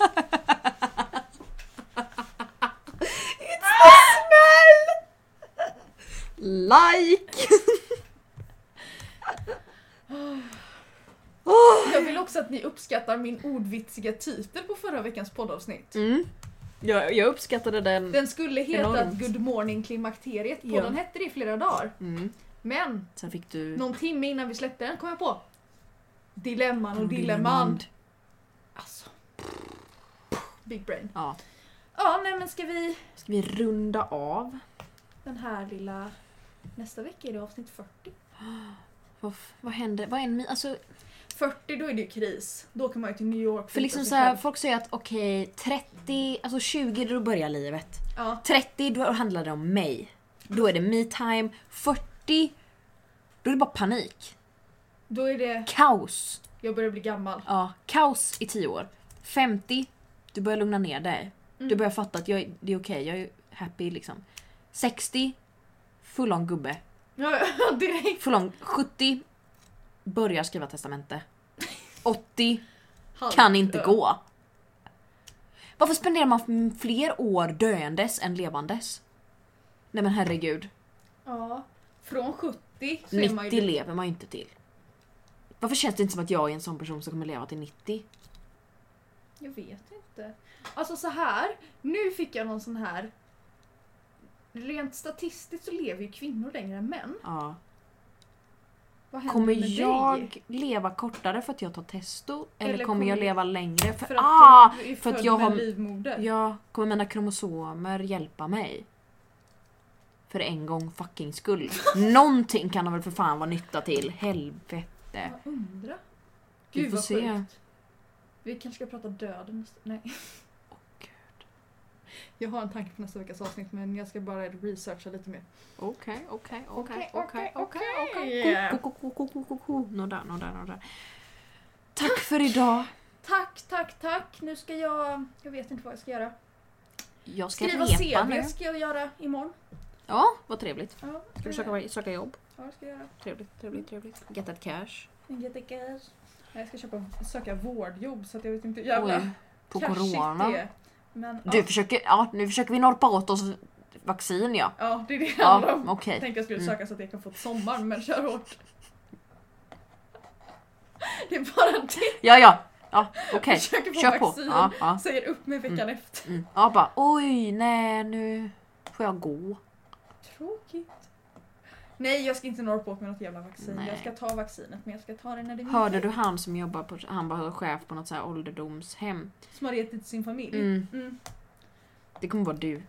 [SPEAKER 1] smell! Like!
[SPEAKER 2] Jag vill också att ni uppskattar min ordvitsiga titel på förra veckans poddavsnitt.
[SPEAKER 1] Mm. Jag, jag uppskattade den.
[SPEAKER 2] Den skulle heta
[SPEAKER 1] Enormt.
[SPEAKER 2] Good Morning Klimakteriet,
[SPEAKER 1] Ja.
[SPEAKER 2] podden hette det i flera dagar.
[SPEAKER 1] Mm.
[SPEAKER 2] Men
[SPEAKER 1] Sen fick du...
[SPEAKER 2] någon timme innan vi släppte den kom jag på Dilemman
[SPEAKER 1] Mm,
[SPEAKER 2] och Dillemand. Alltså. Big brain.
[SPEAKER 1] Ja.
[SPEAKER 2] Ja, nej men ska vi
[SPEAKER 1] Ska vi runda av?
[SPEAKER 2] den här lilla... Nästa vecka är det avsnitt 40.
[SPEAKER 1] Vad, f- vad händer? Vad är en mi- alltså,
[SPEAKER 2] 40 då är det ju kris. Då kan man ju till New York.
[SPEAKER 1] för liksom
[SPEAKER 2] sig
[SPEAKER 1] så här,
[SPEAKER 2] själv.
[SPEAKER 1] folk säger att okej, 30, alltså 20 då börjar livet.
[SPEAKER 2] Ja.
[SPEAKER 1] 30 då handlar det om mig. Då är det me time. 40 då är det bara panik.
[SPEAKER 2] Då är det...
[SPEAKER 1] Kaos.
[SPEAKER 2] Jag börjar bli gammal.
[SPEAKER 1] Ja, kaos i 10 år. 50 du börjar lugna ner dig. Du
[SPEAKER 2] Mm.
[SPEAKER 1] börjar fatta att jag, är- det är okej, jag är happy liksom. 60 full on gubbe.
[SPEAKER 2] Ja, <laughs> ja, direkt.
[SPEAKER 1] Full on 70 börjar skriva
[SPEAKER 2] <laughs>
[SPEAKER 1] testamente. 80
[SPEAKER 2] Halv.
[SPEAKER 1] kan inte
[SPEAKER 2] Ja.
[SPEAKER 1] gå. Varför spenderar man fler år döendes än levandes? Nej men herregud,
[SPEAKER 2] Ja. Från 70 så är man
[SPEAKER 1] 90
[SPEAKER 2] ju...
[SPEAKER 1] lever man ju inte till. Varför känns det inte som att jag är en sån person som kommer leva till 90?
[SPEAKER 2] Jag vet inte. Alltså så här. nu fick jag någon sån här Rent statistiskt så lever ju kvinnor längre än män.
[SPEAKER 1] Ja.
[SPEAKER 2] Vad händer
[SPEAKER 1] Kommer
[SPEAKER 2] med dig?
[SPEAKER 1] jag leva kortare för att jag tar testo? Eller,
[SPEAKER 2] Eller
[SPEAKER 1] kommer
[SPEAKER 2] kommer-
[SPEAKER 1] jag leva längre? För,
[SPEAKER 2] För att
[SPEAKER 1] ah!
[SPEAKER 2] jag är
[SPEAKER 1] för att
[SPEAKER 2] född
[SPEAKER 1] jag
[SPEAKER 2] med
[SPEAKER 1] har-
[SPEAKER 2] livmoder.
[SPEAKER 1] Ja, kommer mina kromosomer hjälpa mig? För en gång fucking
[SPEAKER 2] <laughs>
[SPEAKER 1] skull. Någonting kan de väl för fan vara nytta till. Helvete.
[SPEAKER 2] Jag undrar.
[SPEAKER 1] Vi
[SPEAKER 2] Gud
[SPEAKER 1] får
[SPEAKER 2] vad
[SPEAKER 1] se.
[SPEAKER 2] sjukt. Vi kanske ska prata döden nästa... Nej.
[SPEAKER 1] Åh, gud.
[SPEAKER 2] Jag har en tanke på nästa veckas avsnitt men jag ska bara researcha lite mer.
[SPEAKER 1] Okej, okej, okej,
[SPEAKER 2] Okej,
[SPEAKER 1] okej,
[SPEAKER 2] okej,
[SPEAKER 1] okej, okej.
[SPEAKER 2] okej.
[SPEAKER 1] Ko, ko, ko, ko, ko, ko. Nådär, nådär, nådär. Tack för idag.
[SPEAKER 2] Tack, tack, tack. Nu ska jag... Jag vet inte vad jag ska göra.
[SPEAKER 1] Jag ska
[SPEAKER 2] Skriva
[SPEAKER 1] repa
[SPEAKER 2] CV
[SPEAKER 1] nu.
[SPEAKER 2] ska jag göra imorgon.
[SPEAKER 1] Ja, vad trevligt.
[SPEAKER 2] Ja,
[SPEAKER 1] Ska du söka, söka jobb?
[SPEAKER 2] Ja, det ska jag göra.
[SPEAKER 1] Trevligt, trevligt, trevligt. Get that cash.
[SPEAKER 2] Jag ska köpa, söka vårdjobb så att jag vet inte hur
[SPEAKER 1] Oj,
[SPEAKER 2] jävla
[SPEAKER 1] på
[SPEAKER 2] cashigt
[SPEAKER 1] corona.
[SPEAKER 2] det är. Men,
[SPEAKER 1] Du
[SPEAKER 2] ja,
[SPEAKER 1] försöker, ja nu försöker vi norpa åt oss vaccin ja.
[SPEAKER 2] <laughs> ja, det är det det handlar
[SPEAKER 1] Ja,
[SPEAKER 2] om.
[SPEAKER 1] okej.
[SPEAKER 2] Jag tänkte jag skulle
[SPEAKER 1] Mm.
[SPEAKER 2] söka så att jag kan få ett sommaren men kör hårt. Det är bara det
[SPEAKER 1] Ja, ja, ja
[SPEAKER 2] jag
[SPEAKER 1] okej.
[SPEAKER 2] <laughs> försöker få
[SPEAKER 1] Kör på.
[SPEAKER 2] vaccin.
[SPEAKER 1] Ja, ja.
[SPEAKER 2] Säger upp mig veckan efter.
[SPEAKER 1] Mm. ja, bara oj, nej nu får jag gå.
[SPEAKER 2] Tråkigt. Nej jag ska inte norpa åt mig något jävla vaccin.
[SPEAKER 1] Nej.
[SPEAKER 2] Jag ska ta vaccinet men jag ska ta det när det är min
[SPEAKER 1] Hörde
[SPEAKER 2] tur.
[SPEAKER 1] du han som jobbar på, han var chef på något så här ålderdomshem?
[SPEAKER 2] Som har gett till sin familj.
[SPEAKER 1] Mm,
[SPEAKER 2] Mm.
[SPEAKER 1] det kommer vara du.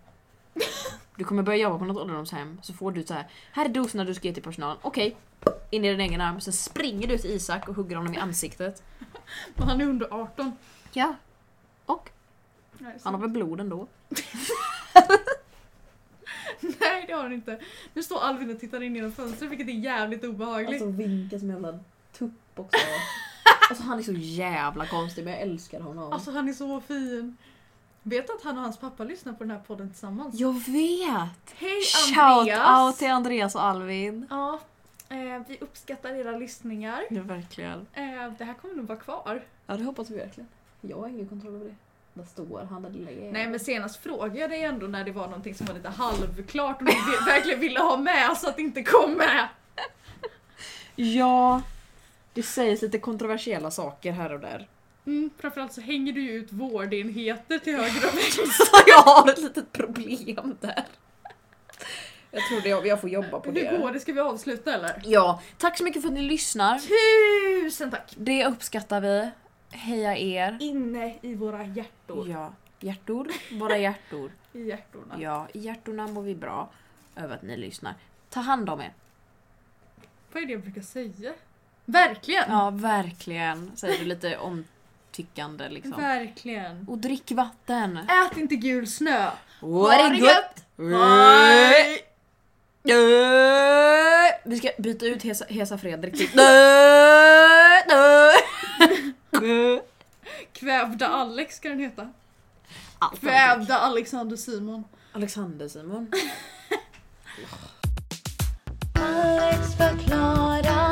[SPEAKER 1] Du kommer börja jobba på något ålderdomshem så får du så här. här är doserna du ska ge till personalen. Okej, in i din egen arm. Sen springer du till Isak och hugger honom i ansiktet.
[SPEAKER 2] Men han är under 18.
[SPEAKER 1] Ja. Och
[SPEAKER 2] Nej,
[SPEAKER 1] han har väl blod ändå?
[SPEAKER 2] <laughs> Nej det har han inte. Nu står Alvin och tittar in genom fönstret vilket är jävligt obehagligt.
[SPEAKER 1] vinkar Alltså, som en jävla tupp också. <laughs> Alltså han är så jävla konstig men jag älskar honom.
[SPEAKER 2] Alltså han är så fin. Vet du att han och hans pappa lyssnar på den här podden tillsammans?
[SPEAKER 1] jag vet!
[SPEAKER 2] Hej
[SPEAKER 1] Shout
[SPEAKER 2] Andreas!
[SPEAKER 1] out till Andreas och Alvin.
[SPEAKER 2] Ja, eh, vi uppskattar era lyssningar.
[SPEAKER 1] Ja, verkligen.
[SPEAKER 2] Eh, det här kommer nog vara kvar.
[SPEAKER 1] Ja det hoppas vi verkligen. Jag har ingen kontroll över det. Där står han, den lilla jäveln.
[SPEAKER 2] Nej men senast frågade jag dig ändå när det var någonting som var lite halvklart och du <laughs> vi- verkligen ville ha med så att det inte kom med.
[SPEAKER 1] Ja, det sägs lite kontroversiella saker här och där.
[SPEAKER 2] Mm, framförallt så hänger du ju ut vårdenheter till <laughs> höger och vänster.
[SPEAKER 1] <laughs> Så jag har ett litet problem där. Jag tror det, jag får jobba på
[SPEAKER 2] Hur
[SPEAKER 1] det.
[SPEAKER 2] går det? Ska vi avsluta eller?
[SPEAKER 1] Ja, tack så mycket för att ni lyssnar.
[SPEAKER 2] Tusen tack!
[SPEAKER 1] Det uppskattar vi. Heja er.
[SPEAKER 2] Inne i våra hjärtor.
[SPEAKER 1] Ja, hjärtor. Våra hjärtor.
[SPEAKER 2] I hjärtorna.
[SPEAKER 1] <laughs> Ja, i hjärtorna mår vi bra över att ni lyssnar. Ta hand om er.
[SPEAKER 2] Vad är det jag brukar säga? Verkligen!
[SPEAKER 1] Ja, verkligen. Säger du lite omtyckande liksom.
[SPEAKER 2] Verkligen.
[SPEAKER 1] Och drick vatten.
[SPEAKER 2] Ät inte gul snö!
[SPEAKER 1] Ha det gött!
[SPEAKER 2] Hej!
[SPEAKER 1] Vi ska byta ut Hesa, Hesa Fredrik till... Dö, dö. Dö.
[SPEAKER 2] Kvävda Alex ska den heta.
[SPEAKER 1] Allt annat.
[SPEAKER 2] Kvävda Alexander Simon.
[SPEAKER 1] Alexander Simon.
[SPEAKER 3] Alex förklarar.